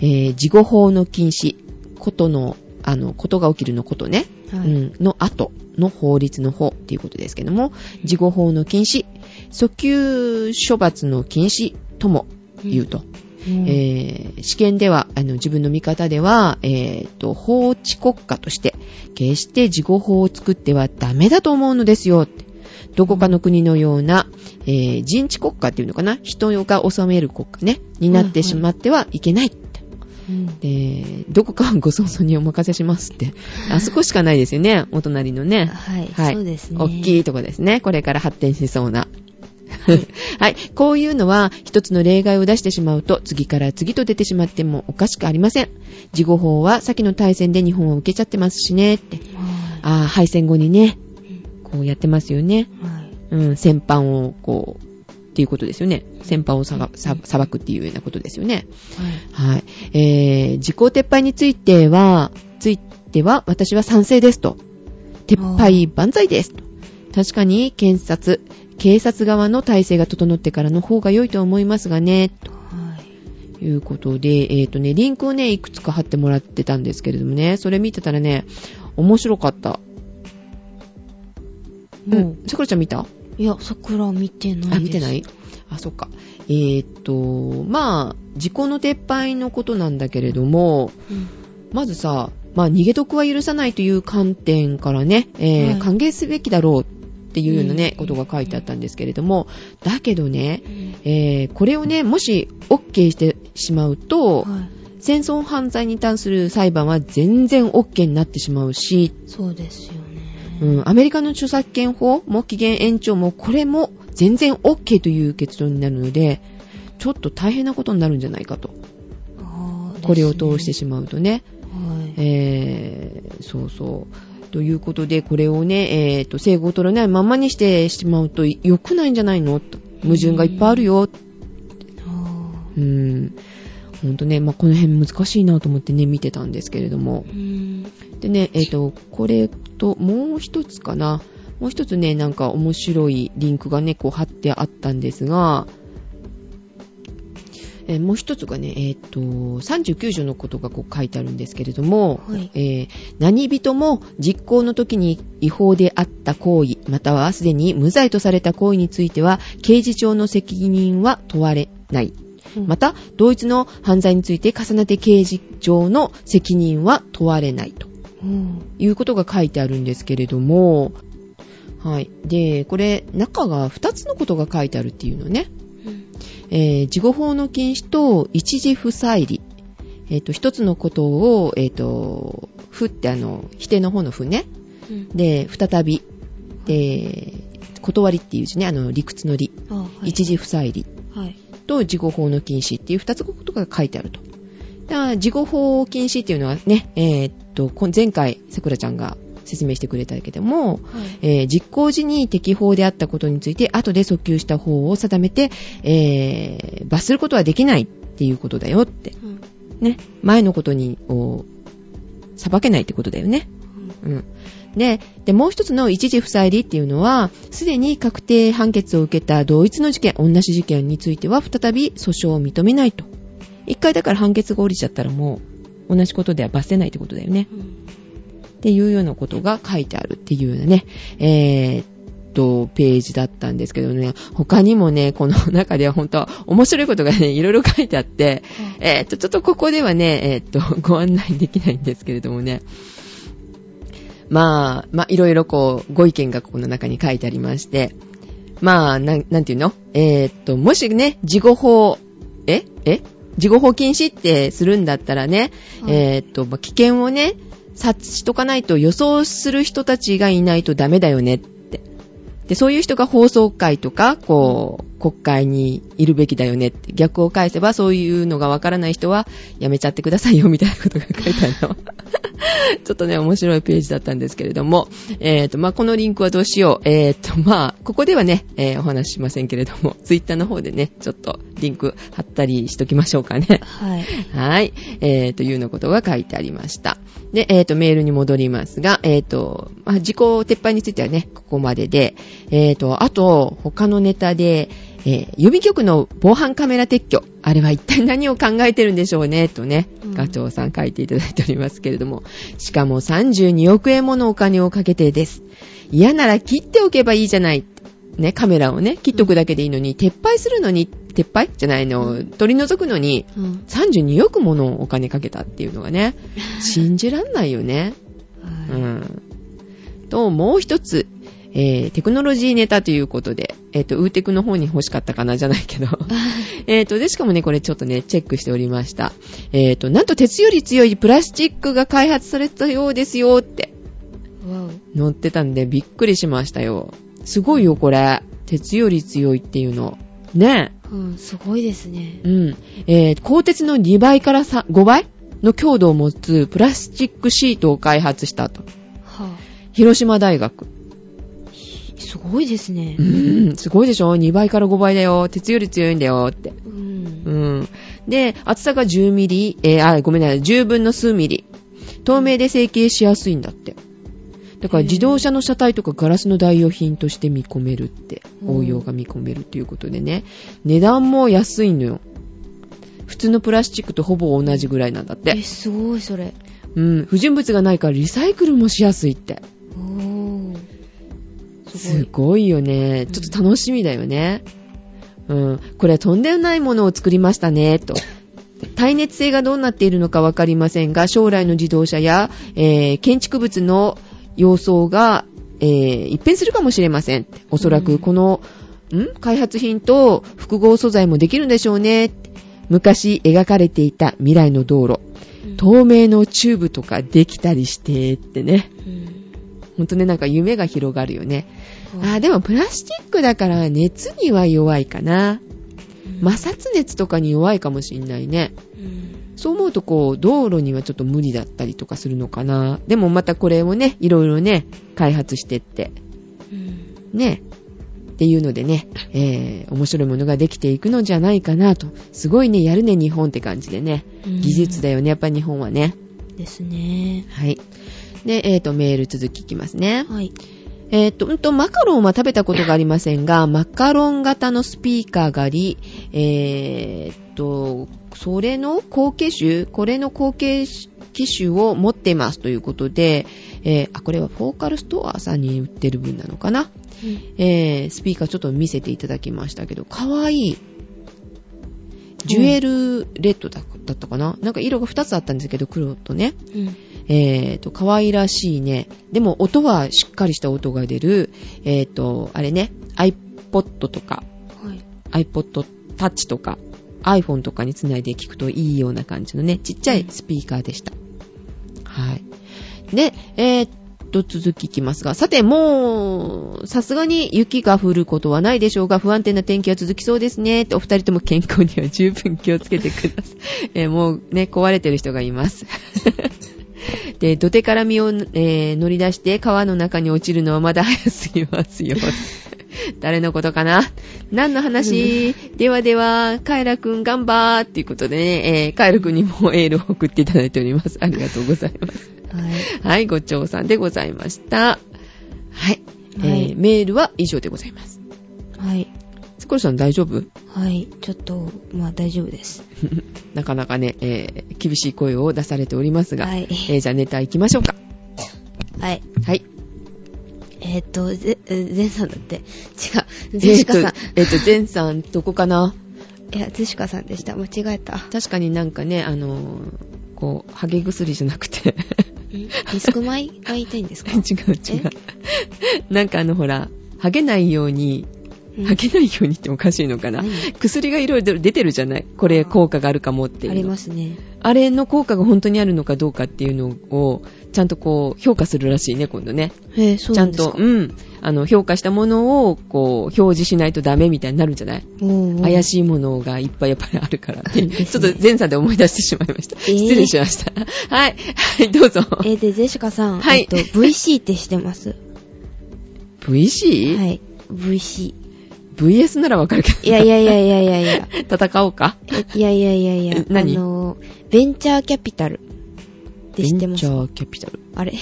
Speaker 1: えー、事後法の禁止、ことのあの、ことが起きるのことね。
Speaker 2: は
Speaker 1: う
Speaker 2: い。
Speaker 1: ん、の後の法律の法っていうことですけども、事後法の禁止、訴求処罰の禁止とも言うと。
Speaker 2: うん
Speaker 1: えー試験では、あの、自分の見方では、えーと、法治国家として、決して事後法を作ってはダメだと思うのですよって。どこかの国のような、えー人治国家っていうのかな人が治める国家ね、になってしまってはいけないって。
Speaker 2: うん
Speaker 1: でどこかはご想像にお任せしますって。あそこしかないですよね、お隣のね。
Speaker 2: はい、
Speaker 1: はい
Speaker 2: そうですね。
Speaker 1: 大き
Speaker 2: い。
Speaker 1: いとこですね。これから発展しそうな。 はい。こういうのは、一つの例外を出してしまうと、次から次と出てしまってもおかしくありません。事後法は、先の大戦で日本は受けちゃってますしね、って。
Speaker 2: は
Speaker 1: ああ、敗戦後にね、
Speaker 2: い。
Speaker 1: こうやってますよね。
Speaker 2: はい。
Speaker 1: うん、戦犯を、こう、っていうことですよね。戦犯をさがさ裁くっていうようなことですよね。はい。えー、時効撤廃については、ついては、私は賛成ですと。撤廃万歳ですと。確かに、検察、警察側の体制が整ってからの方が良いと思いますがね、
Speaker 2: はい。
Speaker 1: ということで、えっ、とね、リンクをね、いくつか貼ってもらってたんですけれどもね、それ見てたらね、面白かった。う
Speaker 2: も
Speaker 1: ん。さくらちゃん見た
Speaker 2: う、いや、桜見てないです。
Speaker 1: あ、見てないあ、そっか。えーっ、と、まあ、時効の撤廃のことなんだけれども、
Speaker 2: うん
Speaker 1: まずさ、まあ、逃げ得は許さないという観点からね、えー
Speaker 2: はい
Speaker 1: 歓迎すべきだろうっていうようなね、
Speaker 2: うん
Speaker 1: ことが書いてあったんですけれども、だけどね、
Speaker 2: うん
Speaker 1: えーこれをね、もし OK してしまうと、
Speaker 2: は
Speaker 1: 戦争犯罪に関する裁判は全然 OK になってしまうし、
Speaker 2: い。そうですよね。
Speaker 1: うん、アメリカの著作権法も期限延長もこれも全然 OK という結論になるので、ちょっと大変なことになるんじゃないかと。
Speaker 2: あー
Speaker 1: これを通してしまうとね。
Speaker 2: ですねはい。
Speaker 1: えーそうそう。ということで、これをね、えっ、と、整合を取らないままにしてしまうと良くないんじゃないのと矛盾がいっぱいあるよ。
Speaker 2: あ
Speaker 1: うん。ほんとね、まあ、この辺難しいなと思ってね、見てたんですけれども
Speaker 2: ー。うん。
Speaker 1: でね、えっ、と、これと、もう一つかな。もう一つね、なんか面白いリンクがね、こう貼ってあったんですが、えーもう一つがね、えっ、と、39条のことがこう書いてあるんですけれども、
Speaker 2: はい
Speaker 1: えー何人も実行の時に違法であった行為、またはすでに無罪とされた行為については、刑事上の責任は問われない。ま
Speaker 2: た、
Speaker 1: た、同一の犯罪について重ねて刑事上の責任は問われないと
Speaker 2: うん。
Speaker 1: いうことが書いてあるんですけれども、はい。で、これ、中が2つのことが書いてあるっていうのね。えー事後法の禁止と一時不再理。えっ、と、一つのことを、えっ、と、不ってあの、否定の方の不ね。
Speaker 2: うん。
Speaker 1: で、再び。で、断りっていう字ね、あの、理屈の理。
Speaker 2: あはい。
Speaker 1: 一時不再理。
Speaker 2: はい。
Speaker 1: と事後法の禁止っていう二つのことが書いてあると。だから、事後法禁止っていうのはね、えーっと、こん前回、さくらちゃんが説明してくれたけども、
Speaker 2: はい。
Speaker 1: えー実行時に適法であったことについて、後で訴求した法を定めて、えー罰することはできないっていうことだよって。
Speaker 2: うん。
Speaker 1: ね。前のことに、を裁けないってことだよね。うん。で、で、もう一つの一時不再理っていうのは、すでに確定判決を受けた同一の事件、同じ事件については再び訴訟を認めないと。一回だから判決が降りちゃったらもう、同じことでは罰せないってことだよね。
Speaker 2: うん。
Speaker 1: っていうようなことが書いてあるっていうようなね、えーっと、ページだったんですけどね、他にもね、この中では本当は面白いことがね、 いろいろ書いてあって、えーっと、ちょっとここではね、えーっと、 ご案内できないんですけれどもね。まあ、まあ、いろいろこう、ご意見がここの中に書いてありまして、まあ、なん、なんていうのえーっと、もしね、事後法、ええ事後法禁止ってするんだったらね、
Speaker 2: はい
Speaker 1: えーっと、まあ危険をね、察知しとかないと予想する人たちがいないとダメだよねって。で、そういう人が放送会とか、こう、国会にいるべきだよねって。逆を返せば、そういうのがわからない人は、やめちゃってくださいよ、みたいなことが書いてあるの。 ちょっとね、面白いページだったんですけれども、えっ、と、まあ、このリンクはどうしよう。えっ、と、まあ、ここではね、えーお話ししませんけれども、ツイッターの方でね、ちょっとリンク貼ったりしときましょうかね。
Speaker 2: はい。
Speaker 1: はい。えー、というようなことが書いてありました。で、えー、と、メールに戻りますが、えー、と、まあ、時効撤廃についてはね、ここまでで、えー、と、あと、他のネタで、えー予備局の防犯カメラ撤去。あれは一体何を考えてるんでしょうね、とね
Speaker 2: う、ん
Speaker 1: ガチョウさん書いていただいておりますけれども。しかも32億円ものお金をかけてです。嫌なら切っておけばいいじゃない。ね、カメラをね、切っとくだけでいいのに、撤廃するのに、撤廃じゃないの、取り除くのに、
Speaker 2: うん。
Speaker 1: 32億ものお金かけたっていうのがね、信じらんないよね。う
Speaker 2: はい
Speaker 1: ん。と、もう一つ、えー、テクノロジーネタということで、えっ、と、ウーテクの方に欲しかったかなじゃないけど。えっと、で、しかもね、これちょっとね、チェックしておりました。えっ、と、なんと鉄より強いプラスチックが開発されたようですよって
Speaker 2: わお。
Speaker 1: 載ってたんでびっくりしましたよ。すごいよ、これ。鉄より強いっていうの。ね
Speaker 2: うん、すごいですね
Speaker 1: え。。うん。えー、鋼鉄の2倍からさ5倍の強度を持つプラスチックシートを開発したと。
Speaker 2: は
Speaker 1: 広島大学。
Speaker 2: ぁ。すごいですね
Speaker 1: う。ん、すごいでしょ ?2 倍から5倍だよ。鉄より強いんだよって。
Speaker 2: う。
Speaker 1: うんん。で、厚さが10ミリ、えーあ、ごめんなさい、10分の数ミリ。透明で成形しやすいんだって。だから
Speaker 2: へー
Speaker 1: 自動車の車体とかガラスの代用品として見込めるって、
Speaker 2: うん
Speaker 1: 応用が見込めるっていうことでね。値段も安いのよ。普通のプラスチックとほぼ同じぐらいなんだっ
Speaker 2: え、
Speaker 1: て。
Speaker 2: すごい、それ。
Speaker 1: うん。不純物がないからリサイクルもしやすいって。
Speaker 2: おー。すご
Speaker 1: す
Speaker 2: い。
Speaker 1: ごいよね。ちょっと楽しみだよね。うん。これはとんでもないものを作りましたね、と。耐熱性がどうなっているのかわかりませんが、将来の自動車や、えー建築物の様相が、えー一変するかもしれません。おそら
Speaker 2: う
Speaker 1: く
Speaker 2: ん
Speaker 1: この、ん開発品と複合素材もできるんでしょうね。昔描かれていた未来の道路、
Speaker 2: うん
Speaker 1: 透明のチューブとかできたりして、ってね。
Speaker 2: うん
Speaker 1: ほんとね、なんか夢が広がるよね。あ
Speaker 2: は
Speaker 1: ー、でもプラスチックだから熱には弱いかな。
Speaker 2: うん
Speaker 1: 摩擦熱とかに弱いかもしんないね。
Speaker 2: うん
Speaker 1: そう思うとこう、道路にはちょっと無理だったりとかするのかな。でもまたこれをね、いろいろね、開発してって、
Speaker 2: うん
Speaker 1: ね。っていうのでね、えー、面白いものができていくのじゃないかなと。すごいね、やるね、日本って感じでね。
Speaker 2: うん
Speaker 1: 技術だよね、やっぱ日本はね。
Speaker 2: ですね。
Speaker 1: はい。で、えーと、メール続きいきますね。
Speaker 2: はい。
Speaker 1: えっ、と、うんと、マカロンは食べたことがありませんが、マカロン型のスピーカーがあり、えっ、と、それの後継種、これの後継機種を持っていますということで、えーあ、これはフォーカルストアさんに売ってる分なのかな。えースピーカーちょっと見せていただきましたけど、かわいい。ジュエルレッドだだったかななんか色が2つあったんですけど、黒とね。
Speaker 2: うん。
Speaker 1: えっ、と、可愛らしいね。でも音はしっかりした音が出る。えっ、と、あれね、iPod とか、
Speaker 2: はい。
Speaker 1: iPod Touch とか、iPhone とかにつないで聞くといいような感じのね、ちっちゃいスピーカーでした。はい。で、えっと、続きいきますが、さて、もう、さすがに雪が降ることはないでしょうが、不安定な天気は続きそうですね。とお二人とも健康には十分気をつけてください。 えーもうね、壊れてる人がいます。 で、土手から身を、えー乗り出して川の中に落ちるのはまだ早すぎますよ。 誰のことかな何の話ではでは、カエラくん頑張ーっていうことでね、えーカエラくんにもエールを送っていただいております。ありがとうございます。
Speaker 2: はい。
Speaker 1: はい、ご長さんでございました。はい。えー
Speaker 2: はい
Speaker 1: メールは以上でございます。
Speaker 2: はい。
Speaker 1: スコルさん大丈夫
Speaker 2: はい。ちょっと、まあ大丈夫です。
Speaker 1: なかなかね、えー厳しい声を出されておりますが、
Speaker 2: はい。
Speaker 1: えーじゃあネタ行きましょうか。
Speaker 2: はい。
Speaker 1: はい。
Speaker 2: えーっと、ぜ、えーゼンさんだって。違う。
Speaker 1: え
Speaker 2: ゼシ
Speaker 1: ー
Speaker 2: カ
Speaker 1: と、
Speaker 2: さ。
Speaker 1: えーと、ゼンさんどこかなん
Speaker 2: いや、ゼシカさんでした。間違えた。
Speaker 1: 確かになんかね、あのーこう、ハゲ薬じゃなくて、
Speaker 2: リスク米が言いたいんですか
Speaker 1: 違う違う。なんかあのほら、ハゲないように、
Speaker 2: うん
Speaker 1: ハゲないようにっておかしいのかな。
Speaker 2: 何
Speaker 1: 薬がいろいろ出てるじゃないこ
Speaker 2: あ
Speaker 1: れ
Speaker 2: ー
Speaker 1: 効果があるかもっていう
Speaker 2: あ
Speaker 1: の
Speaker 2: りますね。
Speaker 1: あれの効果が本当にあるのかどうかっていうのを、ちゃんとこう、評価するらしいね、今度ね。
Speaker 2: えー、そう
Speaker 1: ちゃ
Speaker 2: なん
Speaker 1: ん
Speaker 2: です
Speaker 1: と、
Speaker 2: か
Speaker 1: うん。あの、評価したものを、こう、表示しないとダメみたいになるんじゃない怪
Speaker 2: い。
Speaker 1: しいものがいっぱいやっぱりあるからって、
Speaker 2: うんで
Speaker 1: ち
Speaker 2: す
Speaker 1: ょっ
Speaker 2: ね
Speaker 1: と前座で思い出してしまいました。
Speaker 2: ー
Speaker 1: 失礼しました。 はい。はい、どうぞ。
Speaker 2: えーで、ゼシカさん。
Speaker 1: はい
Speaker 2: えーっと、VC ってしてます。
Speaker 1: VC?、
Speaker 2: はい。VC。
Speaker 1: VS ならわかるけど。
Speaker 2: いやいやいやいやいやいや。
Speaker 1: 戦おうか。
Speaker 2: えいやいやいやいや
Speaker 1: え。何
Speaker 2: あのー、ベンチャーキャピタル。って
Speaker 1: ベ
Speaker 2: 知って
Speaker 1: ン
Speaker 2: ま
Speaker 1: チ
Speaker 2: す
Speaker 1: ャーキャピタル。
Speaker 2: あれ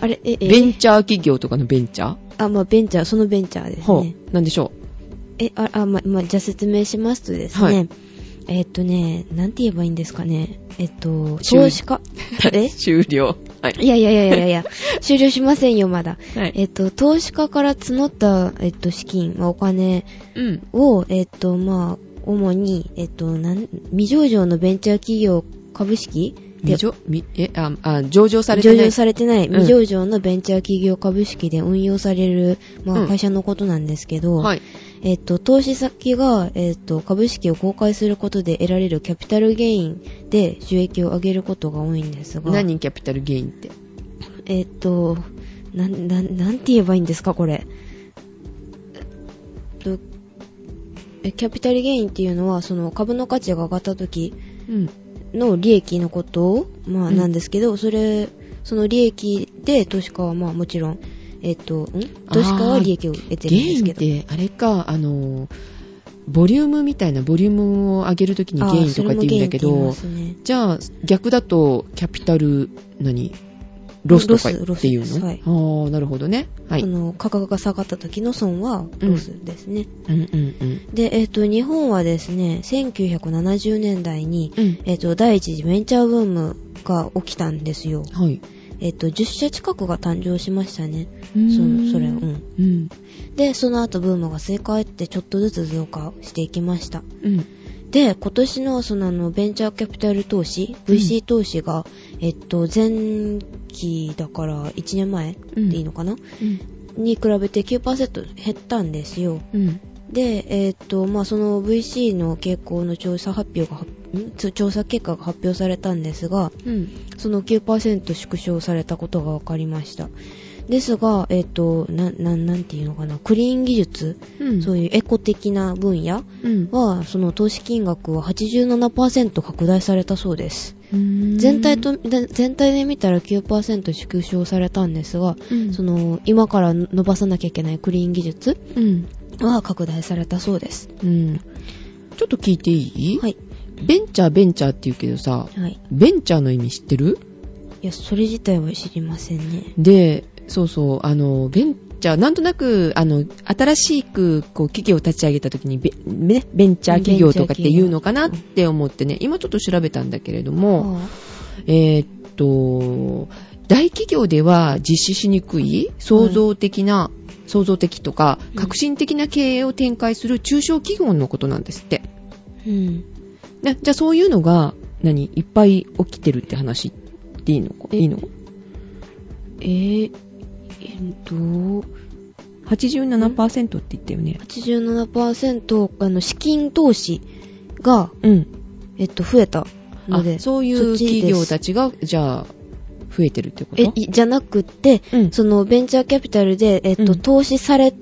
Speaker 2: あれえ、えー
Speaker 1: ベンチャー企業とかのベンチャー
Speaker 2: あ、まあベンチャー、そのベンチャーです
Speaker 1: ほ
Speaker 2: ね。
Speaker 1: う。なんでしょう。
Speaker 2: え、あ、あ、ま、ま、じゃあ説明しますとですね、
Speaker 1: はい
Speaker 2: えっとね、なんて言えばいいんですかね。えっと、
Speaker 1: 終了
Speaker 2: 投 資家え
Speaker 1: 終了。はい。
Speaker 2: いやいやいやいやいや、終了しませんよ、まだ。
Speaker 1: はい
Speaker 2: えっと、投資家から募った、えっと、資金、まあお金
Speaker 1: うん。
Speaker 2: を、えっと、まあ、主に、えっと、なん、未上場のベンチャー企業株式で
Speaker 1: 未上、みえ、あ、あ上場されて
Speaker 2: 上
Speaker 1: ない。
Speaker 2: 場されてない、
Speaker 1: うん
Speaker 2: 未上場のベンチャー企業株式で運用される、ま
Speaker 1: う
Speaker 2: あ、
Speaker 1: ん
Speaker 2: 会社のことなんですけど、
Speaker 1: はい。
Speaker 2: えっと、投資先が、えっと、株式を公開することで得られるキャピタルゲインで収益を上げることが多いんですが、
Speaker 1: 何キャピタルゲインって。
Speaker 2: えっと、なん、なん、なんて言えばいいんですか、これ。えっと、えキャピタルゲインっていうのは、その株の価値が上がった時
Speaker 1: うん。
Speaker 2: の利益のことを、まあ、
Speaker 1: うん
Speaker 2: なんですけど、それ、その利益で、投資家は、まあ、もちろん、えっと、ん投資家は利益を得
Speaker 1: ゲ
Speaker 2: てるんで
Speaker 1: イ
Speaker 2: す
Speaker 1: ン
Speaker 2: け
Speaker 1: っ
Speaker 2: ど。
Speaker 1: て、あれか、あの、ボリュームみたいな、ボリュームを上げるときに
Speaker 2: あー
Speaker 1: ゲインとかって言うんだけ
Speaker 2: それもゲイン
Speaker 1: ど
Speaker 2: って、言いますね
Speaker 1: じゃあ、逆だと、キャピタル、何ロスとか
Speaker 2: ロスロス
Speaker 1: っていう
Speaker 2: ですはい
Speaker 1: のああ、なるほどね。はい。
Speaker 2: そうの価格が下がった時の損はロスですね。
Speaker 1: んうんうん。
Speaker 2: で、えっ、と、日本はですね、1970年代に、
Speaker 1: うん。
Speaker 2: えっ、と、第一次ベンチャーブームが起きたんですよ。
Speaker 1: はい。
Speaker 2: えっ、と、10社近くが誕生しましたね。
Speaker 1: う
Speaker 2: そ
Speaker 1: ん
Speaker 2: それ、うん。
Speaker 1: うん。
Speaker 2: で、その後ブームが正解ってちょっとずつ増加していきました。
Speaker 1: うん。
Speaker 2: で、今年のそのあのベンチャーキャピタル投資、VC 投資が、えっと、前期だから1年前でいいのかな、に比べて9%減ったんですよ。
Speaker 1: うん。
Speaker 2: で、えっと、まあ、その VC の傾向の調査発表が、んつ調査結果が発表されたんですが、
Speaker 1: うん。
Speaker 2: その9%縮小されたことが分かりました。ですが、えっと、な、な、なんていうのかな、クリーン技術、
Speaker 1: うん。
Speaker 2: そういうエコ的な分野
Speaker 1: うん。
Speaker 2: は、その投資金額は87%拡大されたそうです。
Speaker 1: うん
Speaker 2: 全体、と、で全体で見たら9%縮小されたんですが、
Speaker 1: うん
Speaker 2: そ、の、今から伸ばさなきゃいけないクリーン技術
Speaker 1: うん。
Speaker 2: は拡大されたそうです。
Speaker 1: うん。ちょっと聞いていい
Speaker 2: はい。
Speaker 1: ベンチャー、ベンチャーって言うけどさ、
Speaker 2: はい。
Speaker 1: ベンチャーの意味知ってる
Speaker 2: いや、それ自体は知りませんね。
Speaker 1: で、そうそう、あの、ベンチャー、なんとなく、あの、新しく、こう、企業を立ち上げた時にベ、ね、ベンチャー企業とかっていうのかなって思ってね、今ちょっと調べたんだけれども、
Speaker 2: あ
Speaker 1: えーっと、大企業では実施しにくい創造的な、創造的とか
Speaker 2: うん
Speaker 1: 革新的な経営を展開する中小企業のことなんですって。
Speaker 2: うん。
Speaker 1: ねじゃあそういうのが、何いっぱい起きてるって話っていいの
Speaker 2: え
Speaker 1: いいの
Speaker 2: えー、えっと、
Speaker 1: ?87% って言ったよね。
Speaker 2: 87%あの資金投資が、
Speaker 1: うん。
Speaker 2: えっと、増えたの
Speaker 1: あ
Speaker 2: で、
Speaker 1: そういう
Speaker 2: そっちです
Speaker 1: 企業たちが、じゃあ、増えてるってこと
Speaker 2: え、いじゃなくって、
Speaker 1: うん。
Speaker 2: そのベンチャーキャピタルで、えっと、
Speaker 1: うん
Speaker 2: 投資され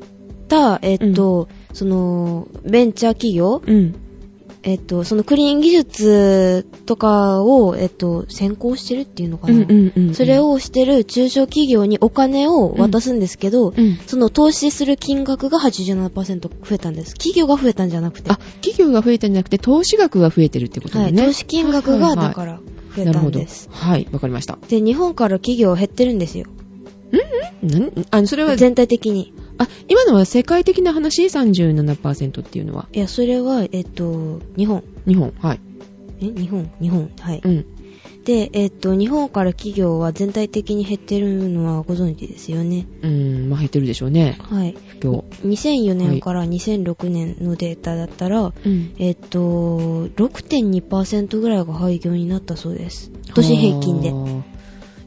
Speaker 2: た、えっと、その、ベンチャー企業、
Speaker 1: うん。
Speaker 2: えっと、そのクリーン技術とかを、えっと、先行してるっていうのか
Speaker 1: う
Speaker 2: な。
Speaker 1: んうんうん。
Speaker 2: それ、をしてる中小企業にお金を渡すんですけど、
Speaker 1: うん。
Speaker 2: その投資する金額が87%増えたんです。企業が増えたんじゃなくて。
Speaker 1: あ、企業が増えたんじゃなくて、投資額が増えてるってこと
Speaker 2: は
Speaker 1: だ
Speaker 2: い。
Speaker 1: ね。
Speaker 2: 投資金額
Speaker 1: は
Speaker 2: が、
Speaker 1: いはい
Speaker 2: だから、増
Speaker 1: はい
Speaker 2: え
Speaker 1: なる
Speaker 2: た
Speaker 1: ほ
Speaker 2: ん
Speaker 1: ど
Speaker 2: です。。
Speaker 1: はい、わかりました。
Speaker 2: で、日本から企業減ってるんですよ。
Speaker 1: なんあの、それは、
Speaker 2: 全体的に。
Speaker 1: あ、今のは世界的な話 ?37% っていうのは。
Speaker 2: いや、それは、えっと、日本。
Speaker 1: 日本。はい。
Speaker 2: え日本日本。はい。
Speaker 1: うん。
Speaker 2: で、えっと、日本から企業は全体的に減ってるのはご存知ですよね。
Speaker 1: うん、まあ減ってるでしょうね。
Speaker 2: はい。
Speaker 1: 今
Speaker 2: 2004年から2006年のデータだったら、
Speaker 1: 日。うん。
Speaker 2: えっと、6.2%ぐらいが廃業になったそうです。都市平均で。
Speaker 1: あー。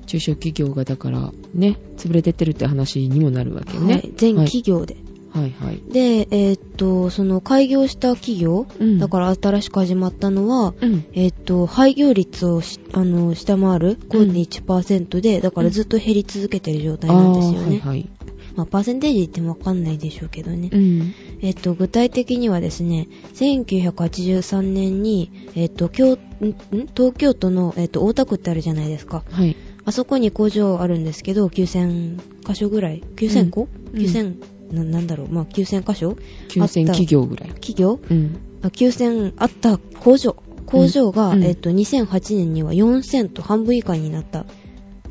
Speaker 1: 中小企業がだから、ね、潰れてってるって話にもなるわけよね。
Speaker 2: はい、全企業で。
Speaker 1: はい、はい、はい。
Speaker 2: で、えーっと、その開業した企業、
Speaker 1: うん
Speaker 2: だから新しく始まったのは、
Speaker 1: うん。
Speaker 2: えーっと、廃業率をしあの下回る5.1%で、だからずっと減り続けてる状態なんですよね。
Speaker 1: あーはい、はい。
Speaker 2: まあ、パーセンテージってもわかんないでしょうけどね。
Speaker 1: うん。
Speaker 2: えーっと、具体的にはですね、1983年に、えーっと、京んん東京都の、えーっと、大田区ってあるじゃないですか。
Speaker 1: はい。
Speaker 2: あそこに工場あるんですけど、9000箇所ぐらい ?9000 個、
Speaker 1: うん
Speaker 2: ?9000、ななんだろう、まあ、9000箇所あった
Speaker 1: 9000企業ぐらい。
Speaker 2: 企業
Speaker 1: うん。
Speaker 2: あ9000あった工場工場が、
Speaker 1: うん
Speaker 2: えっと2008年には4000と半分以下になった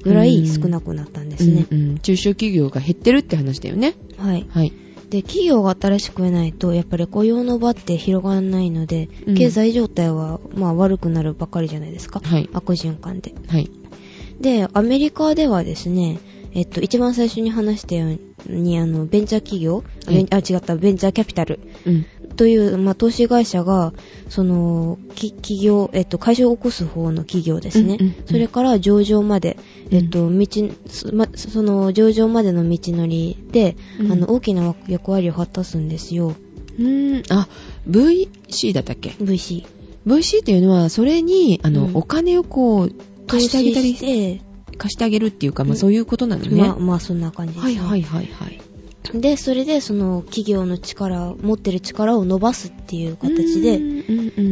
Speaker 2: ぐらい
Speaker 1: うん
Speaker 2: 少なくなったんですね、
Speaker 1: うんうん中小企業が減ってるって話だよね。
Speaker 2: はい
Speaker 1: はい。
Speaker 2: で、企業が新しく得ないと、やっぱり雇用の場って広がらないので、
Speaker 1: うん
Speaker 2: 経済状態は、まあ、悪くなるばかりじゃないですか。
Speaker 1: はい
Speaker 2: 悪循環で。
Speaker 1: はい。
Speaker 2: で、アメリカではですね、えっと、一番最初に話したように、あの、ベンチャー企業、あ
Speaker 1: はい
Speaker 2: ベンあ、違った、ベンチャーキャピタル
Speaker 1: うん。
Speaker 2: という、まあ、投資会社が、その、き企業、えっと、会社を起こす方の企業ですね。
Speaker 1: うんうんうん
Speaker 2: それから上場まで、
Speaker 1: うん
Speaker 2: えっと、道、そまその上場までの道のりで、
Speaker 1: うん
Speaker 2: あの、大きな役割を果たすんですよ。
Speaker 1: うーん、あ、VC だったっけ
Speaker 2: VC。
Speaker 1: ?VC っていうのは、それに、あの、
Speaker 2: うん
Speaker 1: お金をこう、貸してあげたり
Speaker 2: 投、資して、
Speaker 1: 貸してあげるっていうか、ま
Speaker 2: う
Speaker 1: あ
Speaker 2: ん
Speaker 1: そういうことなのね。
Speaker 2: まあ、まあ、そんな感じです、
Speaker 1: は
Speaker 2: ね。
Speaker 1: いはいはいはい。
Speaker 2: で、それで、その、企業の力、持ってる力を伸ばすっていう形で、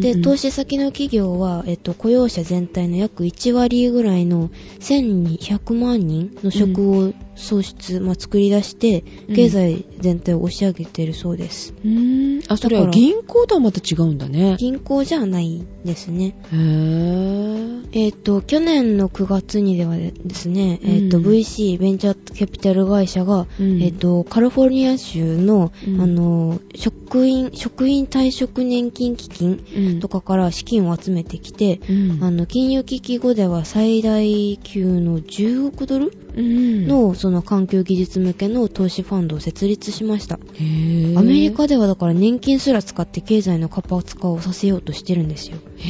Speaker 2: で、投
Speaker 1: 資、
Speaker 2: 資先の企業は、えっと、雇用者全体の約1割ぐらいの1200万人の職を創出、まあ、作り出して、
Speaker 1: うん
Speaker 2: 経済全体を押し上げているそうです。
Speaker 1: うーん、あ、それ
Speaker 2: だ
Speaker 1: は
Speaker 2: から
Speaker 1: 銀行とはまた違うんだね。
Speaker 2: 銀行じゃないですね。
Speaker 1: へぇ
Speaker 2: えっと、去年の9月にではですね、
Speaker 1: うん
Speaker 2: えっと、VC、ベンチャーキャピタル会社が、
Speaker 1: うん
Speaker 2: えっと、カリフォルニア州の、
Speaker 1: うん
Speaker 2: あの、職員、職員退職年金基金
Speaker 1: ー。
Speaker 2: とかから資金を集めてきて、
Speaker 1: うん、
Speaker 2: あの、金融危機後では最大級の10億ドル
Speaker 1: うん、
Speaker 2: の、その環境技術向けの投資ファンドを設立しました。
Speaker 1: へー
Speaker 2: アメリカではだから年金すら使って経済の活発化をさせようとしてるんですよ。
Speaker 1: へ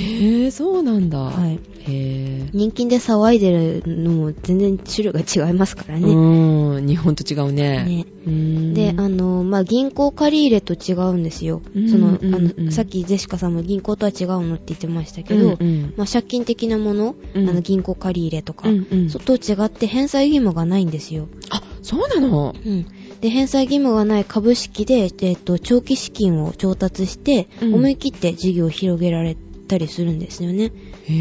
Speaker 1: ぇそうなんだ。
Speaker 2: はい。
Speaker 1: へぇ
Speaker 2: 年金で騒いでるのも全然種類が違いますから
Speaker 1: う
Speaker 2: ね。
Speaker 1: ーん、日本と違うね。
Speaker 2: ね
Speaker 1: うーん
Speaker 2: で、あの、まあ、銀行借り入れと違うんですよ。
Speaker 1: うん
Speaker 2: その、あ
Speaker 1: うんうん
Speaker 2: の、さっきゼシカさんも銀行とは違うのって言ってましたけど、
Speaker 1: うんうん
Speaker 2: まあ、借金的なもの、
Speaker 1: うん
Speaker 2: あの、銀行借り入れとか、
Speaker 1: うんうん
Speaker 2: そと違って返済義務がないんですよ。
Speaker 1: あ、そうなの
Speaker 2: うん。で、返済義務がない株式で、えっと、長期資金を調達して、
Speaker 1: うん
Speaker 2: 思い切って事業を広げられたりするんですよね。
Speaker 1: へ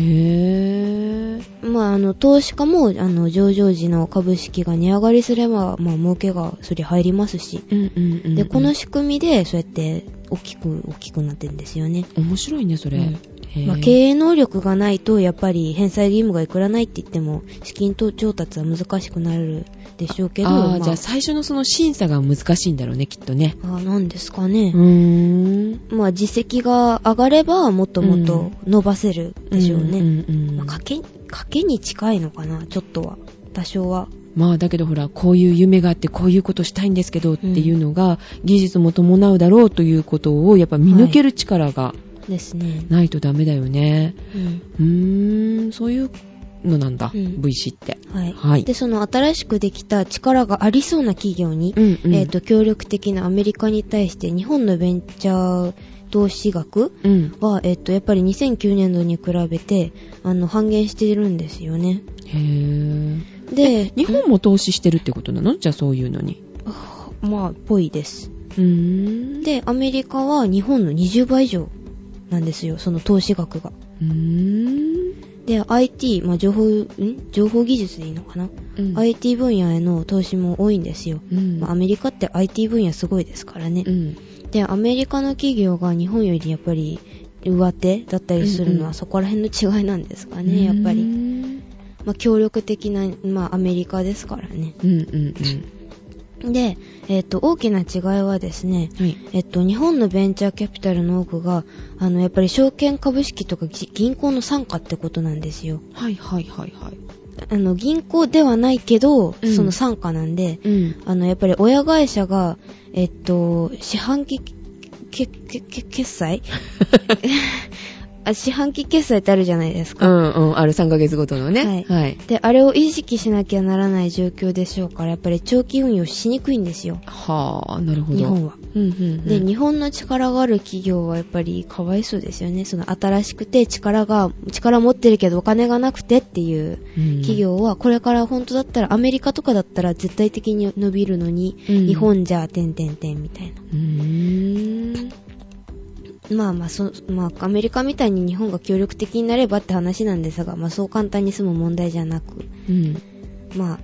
Speaker 1: ぇ
Speaker 2: まあ、あの、投資家も、あの、上場時の株式が値上がりすれば、まあ、儲けがそり入りますし。
Speaker 1: うんうんうん。
Speaker 2: で、この仕組みで、そうやって、大きく、大きくなってんですよね。
Speaker 1: 面白いね、それ。
Speaker 2: うん
Speaker 1: へ
Speaker 2: まあ、経営能力がないと、やっぱり、返済義務がいくらないって言っても、資金と調達は難しくなるでしょうけど、
Speaker 1: あー、
Speaker 2: まあ、
Speaker 1: じゃあ最初のその審査が難しいんだろうね、きっとね。
Speaker 2: あーなんですかね。
Speaker 1: ーん。
Speaker 2: まあ、実績が上がれば、もっともっと伸ばせるでしょうね。
Speaker 1: んうんうん
Speaker 2: まあ、賭け、賭けに近いのかな、ちょっとは。多少は。
Speaker 1: まあだけどほらこういう夢があってこういうことしたいんですけどっていうのが技術も伴うだろうということをやっぱ見抜ける力が
Speaker 2: ですね。
Speaker 1: ないとダメだよね、
Speaker 2: うん。
Speaker 1: うーんそういうのなんだ、
Speaker 2: うん
Speaker 1: VC って
Speaker 2: はい。
Speaker 1: はい
Speaker 2: で、その新しくできた力がありそうな企業に、
Speaker 1: うんうん
Speaker 2: えっ、と、協力的なアメリカに対して、日本のベンチャー投資額
Speaker 1: うん
Speaker 2: は、えっ、と、やっぱり2009年度に比べて、あの、半減しているんですよね。
Speaker 1: へー
Speaker 2: で、
Speaker 1: 日本も投資してるってことなのじゃあそういうのに
Speaker 2: あまあ、ぽいです。
Speaker 1: うーん
Speaker 2: で、アメリカは日本の20倍以上なんですよ、その投資額が。
Speaker 1: うーん
Speaker 2: で、IT、まあ、情報、ん情報技術でいいのかな、
Speaker 1: うん
Speaker 2: ?IT 分野への投資も多いんですよ。
Speaker 1: うん
Speaker 2: まあ、アメリカって IT 分野すごいですからね
Speaker 1: う。ん
Speaker 2: で、アメリカの企業が日本よりやっぱり上手だったりする
Speaker 1: うん
Speaker 2: の
Speaker 1: うん
Speaker 2: はそこら辺の違いなんですかね、やっぱ
Speaker 1: うー
Speaker 2: り。
Speaker 1: ん
Speaker 2: まあ、協力的な、まあ、アメリカですからね。
Speaker 1: うんうん
Speaker 2: で、えっ、と、大きな違いはですね、
Speaker 1: うんはい
Speaker 2: えっと、日本のベンチャーキャピタルの多くが、あの、やっぱり証券株式とかぎ銀行の傘下ってことなんですよ。
Speaker 1: はいはいはいはい
Speaker 2: あの、銀行ではないけど、
Speaker 1: うん
Speaker 2: その傘下なんで、
Speaker 1: うん
Speaker 2: あの、やっぱり親会社が、えっと、四半期、け、け、け、決済あ四半期決済ってあるじゃないです
Speaker 1: う
Speaker 2: か。
Speaker 1: んうんある3ヶ月ごとのね
Speaker 2: はい
Speaker 1: はい
Speaker 2: で、あれを意識しなきゃならない状況でしょうから、やっぱり長期運用しにくいんですよ。
Speaker 1: はあ、なるほど。
Speaker 2: 日本は。
Speaker 1: うんうんうん、
Speaker 2: で、日本の力がある企業はやっぱりかわいそうですよね。その新しくて力が、力持ってるけどお金がなくてっていう企業は、これから本当だったらアメリカとかだったら絶対的に伸びるのに、
Speaker 1: うん
Speaker 2: 日本じゃ、てんてんてんみたいな。
Speaker 1: うーん。
Speaker 2: まあまあそ、まあ、アメリカみたいに日本が協力的になればって話なんですが、まあそう簡単に済む問題じゃなく、
Speaker 1: うん。
Speaker 2: まあ、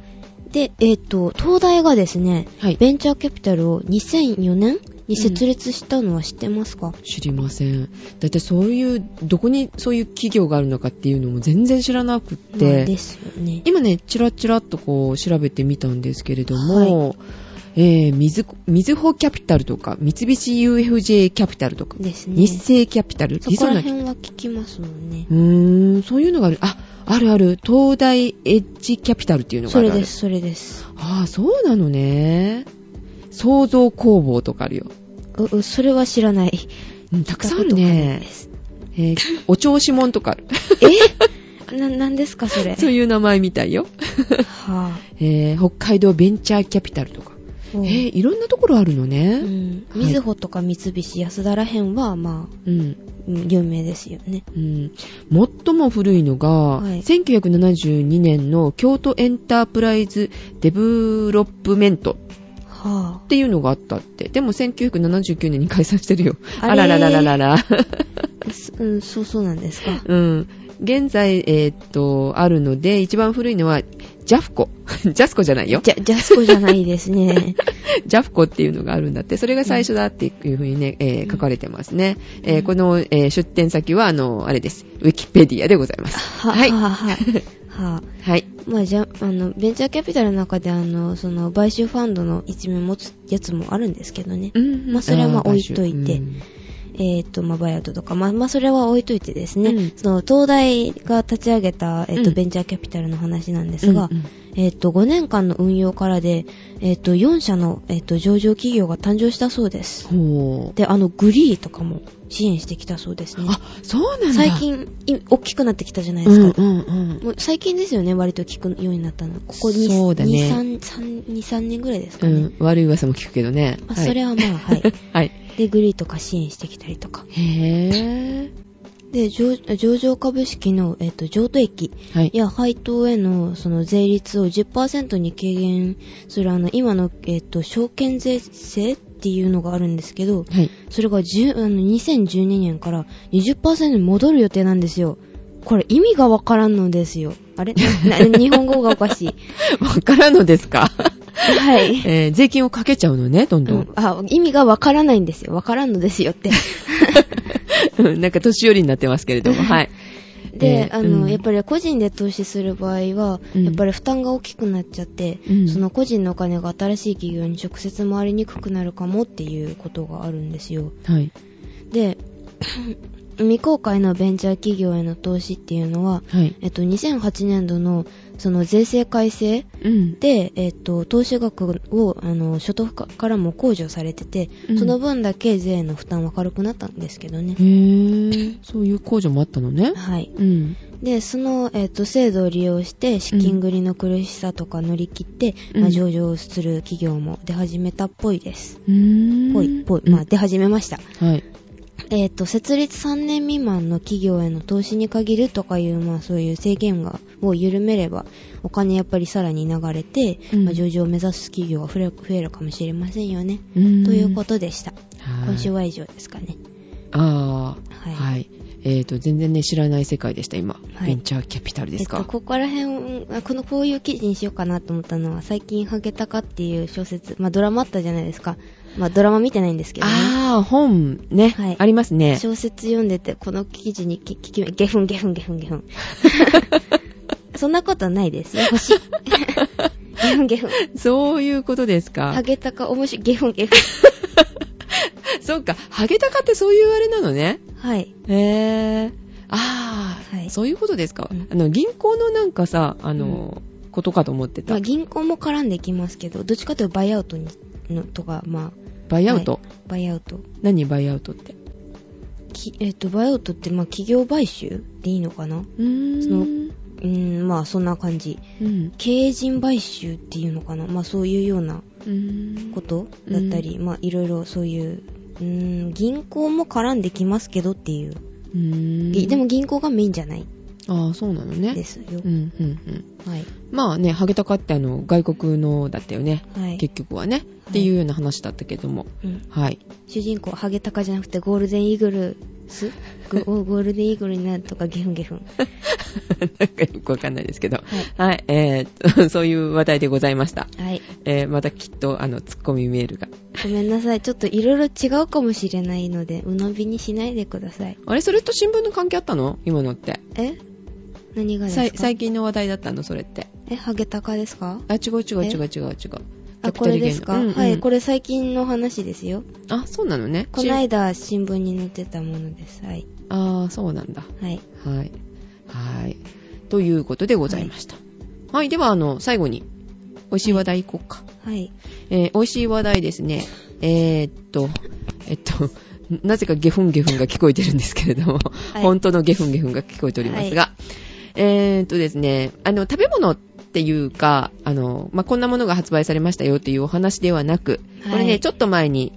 Speaker 2: で、えっ、と、東大がですね、
Speaker 1: はい。
Speaker 2: ベンチャーキャピタルを2004年に設立したのは知ってますか、
Speaker 1: 知りません。だってそういう、どこにそういう企業があるのかっていうのも全然知らなくっ
Speaker 2: まあ
Speaker 1: て、
Speaker 2: ですよね。
Speaker 1: 今ね、チラチラっとこう調べてみたんですけれども、えー、みず、みずほキャピタルとか、三菱 UFJ キャピタルとか、
Speaker 2: ですね。
Speaker 1: 日清キャピタル、
Speaker 2: そこら
Speaker 1: な
Speaker 2: 辺は聞きますもんね
Speaker 1: う。ーん、そういうのがある。あ、あるある。東大エッジキャピタルっていうのが
Speaker 2: そ
Speaker 1: ある
Speaker 2: れ
Speaker 1: ある。
Speaker 2: です、それです。
Speaker 1: ああ、そうなのね。創造工房とかあるよ。
Speaker 2: う、う、それは知らない。
Speaker 1: うん、たくさんあるね。えーお調子もんと かある。
Speaker 2: え な、なんですか、それ。
Speaker 1: そういう名前みたいよ。
Speaker 2: はぁ、
Speaker 1: えー北海道ベンチャーキャピタルとか。え
Speaker 2: おう
Speaker 1: ーいろんなところあるの
Speaker 2: う
Speaker 1: ね。
Speaker 2: ん。
Speaker 1: はい
Speaker 2: みずほとか三菱、安田らへんは、まあ、
Speaker 1: うん。
Speaker 2: うん有名ですよね。
Speaker 1: うん、最も古いのが、
Speaker 2: い
Speaker 1: 1972年の京都エンタープライズデブロップメント
Speaker 2: は
Speaker 1: っていうのがあったって。でも1979年に解散してるよ。
Speaker 2: ぁ、
Speaker 1: あららららら ら。
Speaker 2: すうん、そうそうなんですか。
Speaker 1: うん。現在、えーっと、あるので、一番古いのは、ジャフコ。 ジャスコじゃないよ。
Speaker 2: じゃ、ジャスコじゃないですね。
Speaker 1: ジャフコっていうのがあるんだって、それが最初だっていうふうにね、えー書かれてますね。えーこの、えー出展先は、あの、あれです。ウィキペディアでございます。
Speaker 2: は
Speaker 1: はい
Speaker 2: はぁ、は ぁ、 はぁ。
Speaker 1: はい。
Speaker 2: まあ、じゃ、あの、ベンチャーキャピタルの中で、あの、その、買収ファンドの一面持つやつもあるんですけどね。
Speaker 1: うん
Speaker 2: まあそれはまあ置いといて
Speaker 1: うん
Speaker 2: えっ、と、まあ、バイアウトとか、まあ、まあ、それは置いといてですね、
Speaker 1: うん
Speaker 2: その、東大が立ち上げた、えっ、と、
Speaker 1: うん
Speaker 2: ベンチャーキャピタルの話なんですが、
Speaker 1: うんうん
Speaker 2: えっ、と、5年間の運用からで、えっ、と、4社の、えっ、と、上場企業が誕生したそうです。
Speaker 1: ほう。
Speaker 2: で、あの、グリーとかも支援してきたそうですね。
Speaker 1: あ、そうなんだ。
Speaker 2: 最近、い大きくなってきたじゃないで
Speaker 1: う
Speaker 2: す
Speaker 1: ん
Speaker 2: か。
Speaker 1: うんうん。
Speaker 2: もう最近ですよね、割と聞くようになったの。ここに、
Speaker 1: そうだね
Speaker 2: 2、3、3 2、3年ぐらいです
Speaker 1: う
Speaker 2: かね。
Speaker 1: ん、悪い噂も聞くけどね。
Speaker 2: まあ、それ
Speaker 1: は
Speaker 2: はまあ、はい。
Speaker 1: い。 はい。
Speaker 2: で、グリーとか支援してきたりとか。
Speaker 1: へぇ
Speaker 2: で、上上場株式の、えっと、譲渡益
Speaker 1: ー。はい。
Speaker 2: や配当へのその税率を10%に軽減するあの今の、えっと、証券税制っていうのがあるんですけど、
Speaker 1: はい。
Speaker 2: それが10あの2012年から20%に戻る予定なんですよ。これ意味がわからんのですよ。あれな な日本語がおかしい。
Speaker 1: わからんのです か
Speaker 2: はい。
Speaker 1: えー税金をかけちゃうのね、どん
Speaker 2: う
Speaker 1: どん
Speaker 2: ん。あ意味がわからないんですよ。わからんのですよ って。
Speaker 1: うんなんか年寄りになってますけれども、はい。
Speaker 2: で、
Speaker 1: えー
Speaker 2: あの、
Speaker 1: うん
Speaker 2: やっぱり個人で投資する場合は、
Speaker 1: うん
Speaker 2: やっぱり負担が大きくなっちゃって、
Speaker 1: うん
Speaker 2: その個人のお金が新しい企業に直接回りにくくなるかもっていうことがあるんですよ。
Speaker 1: はい。
Speaker 2: で、 未公開のベンチャー企業への投資っていうのは、
Speaker 1: はい。
Speaker 2: えっと、2008年度のその税制改正
Speaker 1: うん。
Speaker 2: で、えっと、投資額をあの所得からも控除されてて、
Speaker 1: うん
Speaker 2: その分だけ税の負担は軽くなったんですけどね
Speaker 1: へ。ぇー。そういう控除もあったのね。
Speaker 2: はい。
Speaker 1: うん。
Speaker 2: で、その、えっと制度を利用して、資金繰りの苦しさとか乗り切って、
Speaker 1: うん
Speaker 2: まあ、上場する企業も出始めたっぽいです。
Speaker 1: うーん。
Speaker 2: ぽい、ぽい、まあ、出始めました。
Speaker 1: うんはい。
Speaker 2: えっ、と、設立3年未満の企業への投資に限るとかいう、まあ、そういう制限が、を緩めれば、お金やっぱりさらに流れて、
Speaker 1: うん
Speaker 2: まあ、上場を目指す企業が増え増えるかもしれませんよね。
Speaker 1: と。
Speaker 2: ということとでした。
Speaker 1: 今
Speaker 2: 今週。は以上ですかね。
Speaker 1: ああ。
Speaker 2: はい。
Speaker 1: はい。えっと、全然ね、知らない世界でした、今。
Speaker 2: はい
Speaker 1: ベンチャーキャピタルです
Speaker 2: えっ
Speaker 1: か
Speaker 2: と、。ここら辺を、あこのこういう記事にしようかなと思ったのは、最近、ハゲタカっていう小説、まあドラマあったじゃないですか。まあドラマ見てないんですけどね。
Speaker 1: ああ、本ね、
Speaker 2: はい
Speaker 1: ありますね。
Speaker 2: 小説読んでて、この記事にき聞き、ゲフンゲフンゲフンゲ フン。そんなことないですよ、 星。ゲフンゲフン。
Speaker 1: そういうことです
Speaker 2: ハ
Speaker 1: か。
Speaker 2: ゲタカ面白い、ゲフンゲフ
Speaker 1: そうか、ハゲタカってそういうあれなのね。
Speaker 2: ン。はい。
Speaker 1: へー。ああ、
Speaker 2: はい
Speaker 1: そういうことですか。
Speaker 2: うん
Speaker 1: あの、銀行のなんかさ、あの、ことかと思ってた。
Speaker 2: まあ銀行も絡んできますけど、どっちかというとバイアウトに、のとか、まあ、
Speaker 1: バイアウト。
Speaker 2: バイアウト。
Speaker 1: 何バイアウトって。
Speaker 2: きえっ、と、バイアウトって、まあ企業買収でいいのかな
Speaker 1: うーん
Speaker 2: そのうーん、まあそんな感じ。
Speaker 1: うん。
Speaker 2: 経営陣買収っていうのかな、まあ、そういうような
Speaker 1: うーん
Speaker 2: ことだったり、まあ、いろいろそういう、うーん、銀行も絡んできますけどっていう、
Speaker 1: うーん
Speaker 2: ぎでも、銀行がメインじゃない
Speaker 1: ああ、そうなのね。
Speaker 2: ですよ。
Speaker 1: うん、うん、うん。
Speaker 2: はい。
Speaker 1: まあね、ハゲタカってあの、外国のだったよね。
Speaker 2: はい。
Speaker 1: 結局はね。っていうような話だったけども。
Speaker 2: うん、
Speaker 1: はい。
Speaker 2: 主人公、ハゲタカじゃなくてゴールデンイーグル スゴゴールデンイーグルになるとか、ゲフンゲフン。
Speaker 1: なんかよくわかんないですけど。
Speaker 2: はい。
Speaker 1: はい、えーっと、 そういう話題でございました。
Speaker 2: はい。
Speaker 1: えーまたきっと、あの、ツッコミメールが。
Speaker 2: ごめんなさい。ちょっといろいろ違うかもしれないので、鵜呑みにしないでください。
Speaker 1: あれ、それと新聞の関係あったの今のって。
Speaker 2: え何がで
Speaker 1: さい
Speaker 2: すか
Speaker 1: 最近の話題だったのそれって。
Speaker 2: え、ハゲタカですか
Speaker 1: あ、違う違う違う違う違う。
Speaker 2: あ
Speaker 1: キャ
Speaker 2: あ、
Speaker 1: ピタ
Speaker 2: こ
Speaker 1: ル
Speaker 2: れ
Speaker 1: ゲ
Speaker 2: で
Speaker 1: イン
Speaker 2: す
Speaker 1: の。
Speaker 2: か、
Speaker 1: うんうん
Speaker 2: はい、これ最近の話ですよ。
Speaker 1: あ、そうなのね。
Speaker 2: この間新聞に載ってたものです。はい。
Speaker 1: ああ、そうなんだ。
Speaker 2: はい。
Speaker 1: はい。はい。ということでございました。はい。では、あの、最後に、美味しい話題いこうか。
Speaker 2: はい。
Speaker 1: えー美味しい話題ですね。えーっと、えっと、なぜかゲフンゲフンが聞こえてるんですけれども、
Speaker 2: はい
Speaker 1: 本当のゲフンゲフンが聞こえておりますが、えーっとですね、あの、食べ物っていうか、あの、まあ、こんなものが発売されましたよっていうお話ではなく、
Speaker 2: はい
Speaker 1: これね、ちょっと前に、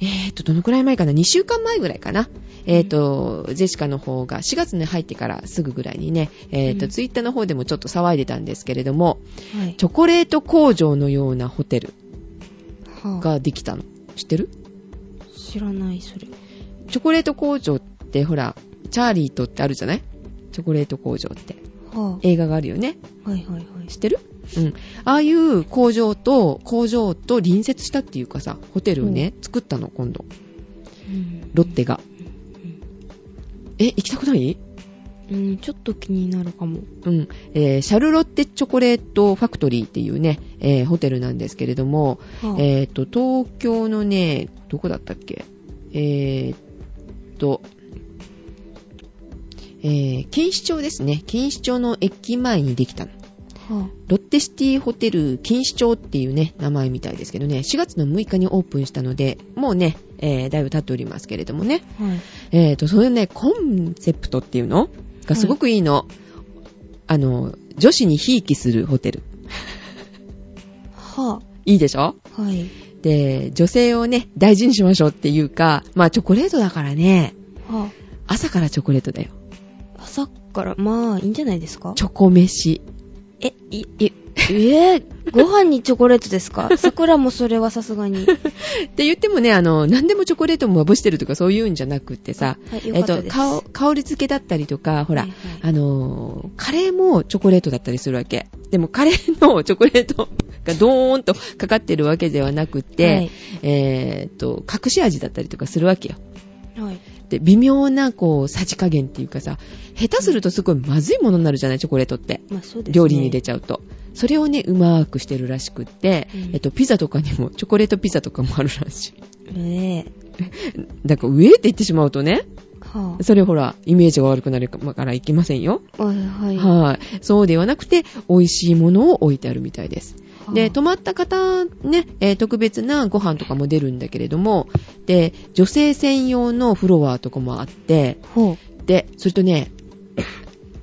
Speaker 1: えーっと、どのくらい前かな ?2 週間前ぐらいかなえーっと、ジェシカの方が4月に入ってからすぐぐらいにね、えーっと、
Speaker 2: うん
Speaker 1: ツイッターの方でもちょっと騒いでたんですけれども、
Speaker 2: はい。
Speaker 1: チョコレート工場のようなホテル、
Speaker 2: はあ、
Speaker 1: ができたの。知ってる
Speaker 2: 知らない、それ。
Speaker 1: チョコレート工場ってほら、チャーリーとってあるじゃないチョコレート工場って。
Speaker 2: は
Speaker 1: 映画があるよね。
Speaker 2: あ、はいはいはい。
Speaker 1: 知ってるうん。ああいう工場と、工場と隣接したっていうかさ、ホテルをね、作ったの、今度。
Speaker 2: うん
Speaker 1: ロッテが。え、行きたくない
Speaker 2: うん、うんちょっと気になるかも。
Speaker 1: うん。えーシャルロッテチョコレートファクトリーっていうね、えーホテルなんですけれども、
Speaker 2: はあ、
Speaker 1: えっ、と、東京のね、どこだったっけえーっと、えー、錦糸町ですね。錦糸町の駅前にできたの。
Speaker 2: は
Speaker 1: ロッテシティホテル錦糸町っていうね、名前みたいですけどね、4月の6日にオープンしたので、もうね、えーだいぶ経っておりますけれどもね。
Speaker 2: あ、はい。
Speaker 1: えーと、そのね、コンセプトっていうのがすごくいいの。あの、女子にひいきするホテル。
Speaker 2: はい
Speaker 1: いでしょ
Speaker 2: あ、はい。
Speaker 1: で、女性をね、大事にしましょうっていうか、まあチョコレートだからね、
Speaker 2: は
Speaker 1: 朝からチョコレートだよ。
Speaker 2: あ、朝から、まあ、いいんじゃないですか
Speaker 1: チョコ飯。
Speaker 2: え、い、い、 えー、ご飯にチョコレートですか 桜もそれはさすがに。
Speaker 1: って言ってもね、あの、何でもチョコレートもまぶしてるとかそういうんじゃなくってさ、
Speaker 2: はい、よか
Speaker 1: えっ
Speaker 2: った
Speaker 1: と、
Speaker 2: です。
Speaker 1: 香香り付けだったりとか、ほら、
Speaker 2: はいはい
Speaker 1: あのー、カレーもチョコレートだったりするわけ。でもカレーのチョコレートがドーンとかかってるわけではなくて、
Speaker 2: はい
Speaker 1: えーっと、隠し味だったりとかするわけよ。
Speaker 2: はい。
Speaker 1: で、微妙な、こう、さじ加減っていうかさ、下手するとすごいまずいものになるじゃない、チョコレートって。
Speaker 2: まあ、そうですね。
Speaker 1: 料理に入れちゃうと。それをね、うまーくしてるらしくって、
Speaker 2: うん
Speaker 1: えっと、ピザとかにも、チョコレートピザとかもあるらしい。
Speaker 2: ね
Speaker 1: だから、上って言ってしまうとね、
Speaker 2: え。は
Speaker 1: それほら、イメージが悪くなるからいけませんよ。
Speaker 2: あ。はいはい。は
Speaker 1: はい。そうではなくて、美味しいものを置いてあるみたいです。
Speaker 2: あ
Speaker 1: で、泊まった方、ね、えー特別なご飯とかも出るんだけれども、で、女性専用のフロアとかもあって、
Speaker 2: ほう。
Speaker 1: で、それとね、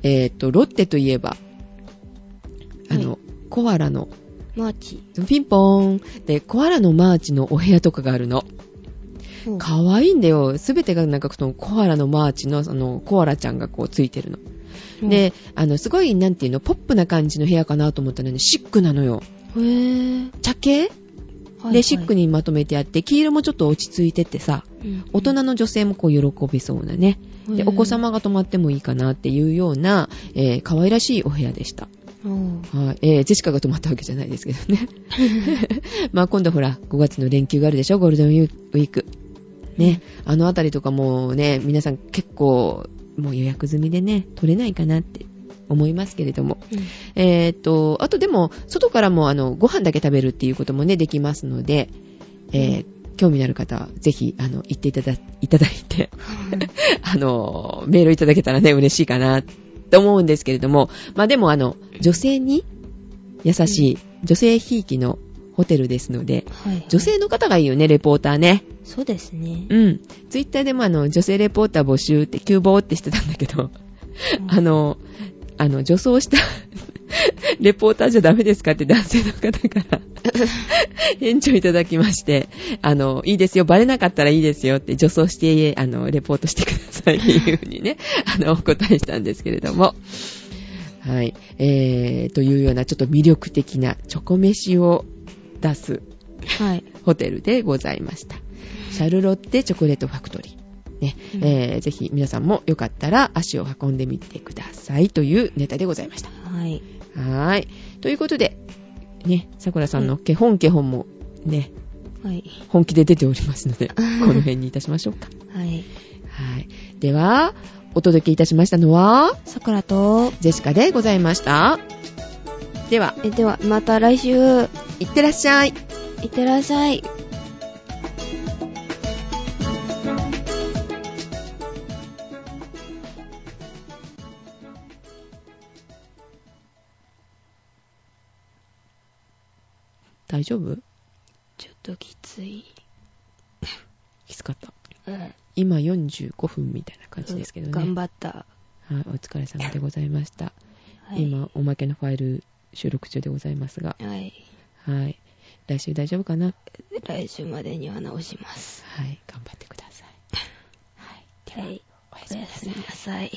Speaker 1: えっと、ロッテといえば、あの、
Speaker 2: は
Speaker 1: コアラの、
Speaker 2: マーチ。
Speaker 1: ピンポーン。で、コアラのマーチのお部屋とかがあるの。
Speaker 2: ほう
Speaker 1: かわいいんだよ。すべてがなんかそのコアラのマーチの、その、コアラちゃんがこうついてるの。で、あの、すごい、なんていうの、ポップな感じの部屋かなと思ったのに、シックなのよ。
Speaker 2: へぇ
Speaker 1: 茶系で、シックにまとめてあって、黄色もちょっと落ち着いててさ、大人の女性もこう喜びそうなね。で、お子。様が泊まってもいいかなっていうような、えー可愛らしいお部屋でした。
Speaker 2: うん
Speaker 1: はい、えージェシカが泊まったわけじゃないですけどね。 まあ今度ほら、5月の連休があるでしょ、ゴールデンウィーク。ね、あのあたりとかもね、皆さん結構、もう予約済みでね、取れないかなって思いますけれども。えーっと、あとでも、外からもあの、ご飯だけ食べるっていうこともね、できますので、えー興味のある方は、ぜひ、あの、行っていただ、いただいて、 あの、メールいただけたらね、嬉しいかな、と思うんですけれども、まあでも、あの、女性に優しい、女性ひいきのホテルですので、
Speaker 2: はい。
Speaker 1: 女性の方がいいよね、レポーターね。
Speaker 2: そうですね。
Speaker 1: うん。ツイッターでもあの、女性レポーター募集って、急募ってしてたんだけど、あの、あの、女装した レポーターじゃダメですかって男性の方から返事をいただきまして、あの、いいですよ、バレなかったらいいですよって女装して、あの、レポートしてくださいっていうふうにね、 あの、お答えしたんですけれども。はい。えー、というようなちょっと魅力的なチョコ飯を出す
Speaker 2: はい。
Speaker 1: ホテルでございました。シャルロッテチョコレートファクトリー。ね
Speaker 2: うん
Speaker 1: えーぜひ皆さんもよかったら足を運んでみてくださいというネタでございました。
Speaker 2: はい。
Speaker 1: はーい。ということで、ね、さくらさんの基本基本もね、
Speaker 2: はい。
Speaker 1: 本気で出ております ので、この辺にいたしましょうか。
Speaker 2: はい。
Speaker 1: はい。では、お届けいたしましたのは、
Speaker 2: 桜と、
Speaker 1: ジェシカでございました。では、
Speaker 2: え、では、また来週。
Speaker 1: いってらっしゃい。
Speaker 2: いってらっしゃい。
Speaker 1: 大丈夫
Speaker 2: ちょっときつい。
Speaker 1: きつかった。
Speaker 2: うん。
Speaker 1: 今45分みたいな感じですけどね。
Speaker 2: 頑張った。
Speaker 1: はい、お疲れ様でございました。
Speaker 2: はい。
Speaker 1: 今、おまけのファイル収録中でございますが、
Speaker 2: はい。
Speaker 1: はい。来週大丈夫かな
Speaker 2: 来週までには直します。
Speaker 1: はい、頑張ってください。はい。で
Speaker 2: は
Speaker 1: は、
Speaker 2: い。
Speaker 1: おや
Speaker 2: お
Speaker 1: すみ
Speaker 2: や
Speaker 1: な
Speaker 2: す
Speaker 1: さ
Speaker 2: み
Speaker 1: い
Speaker 2: な。さい。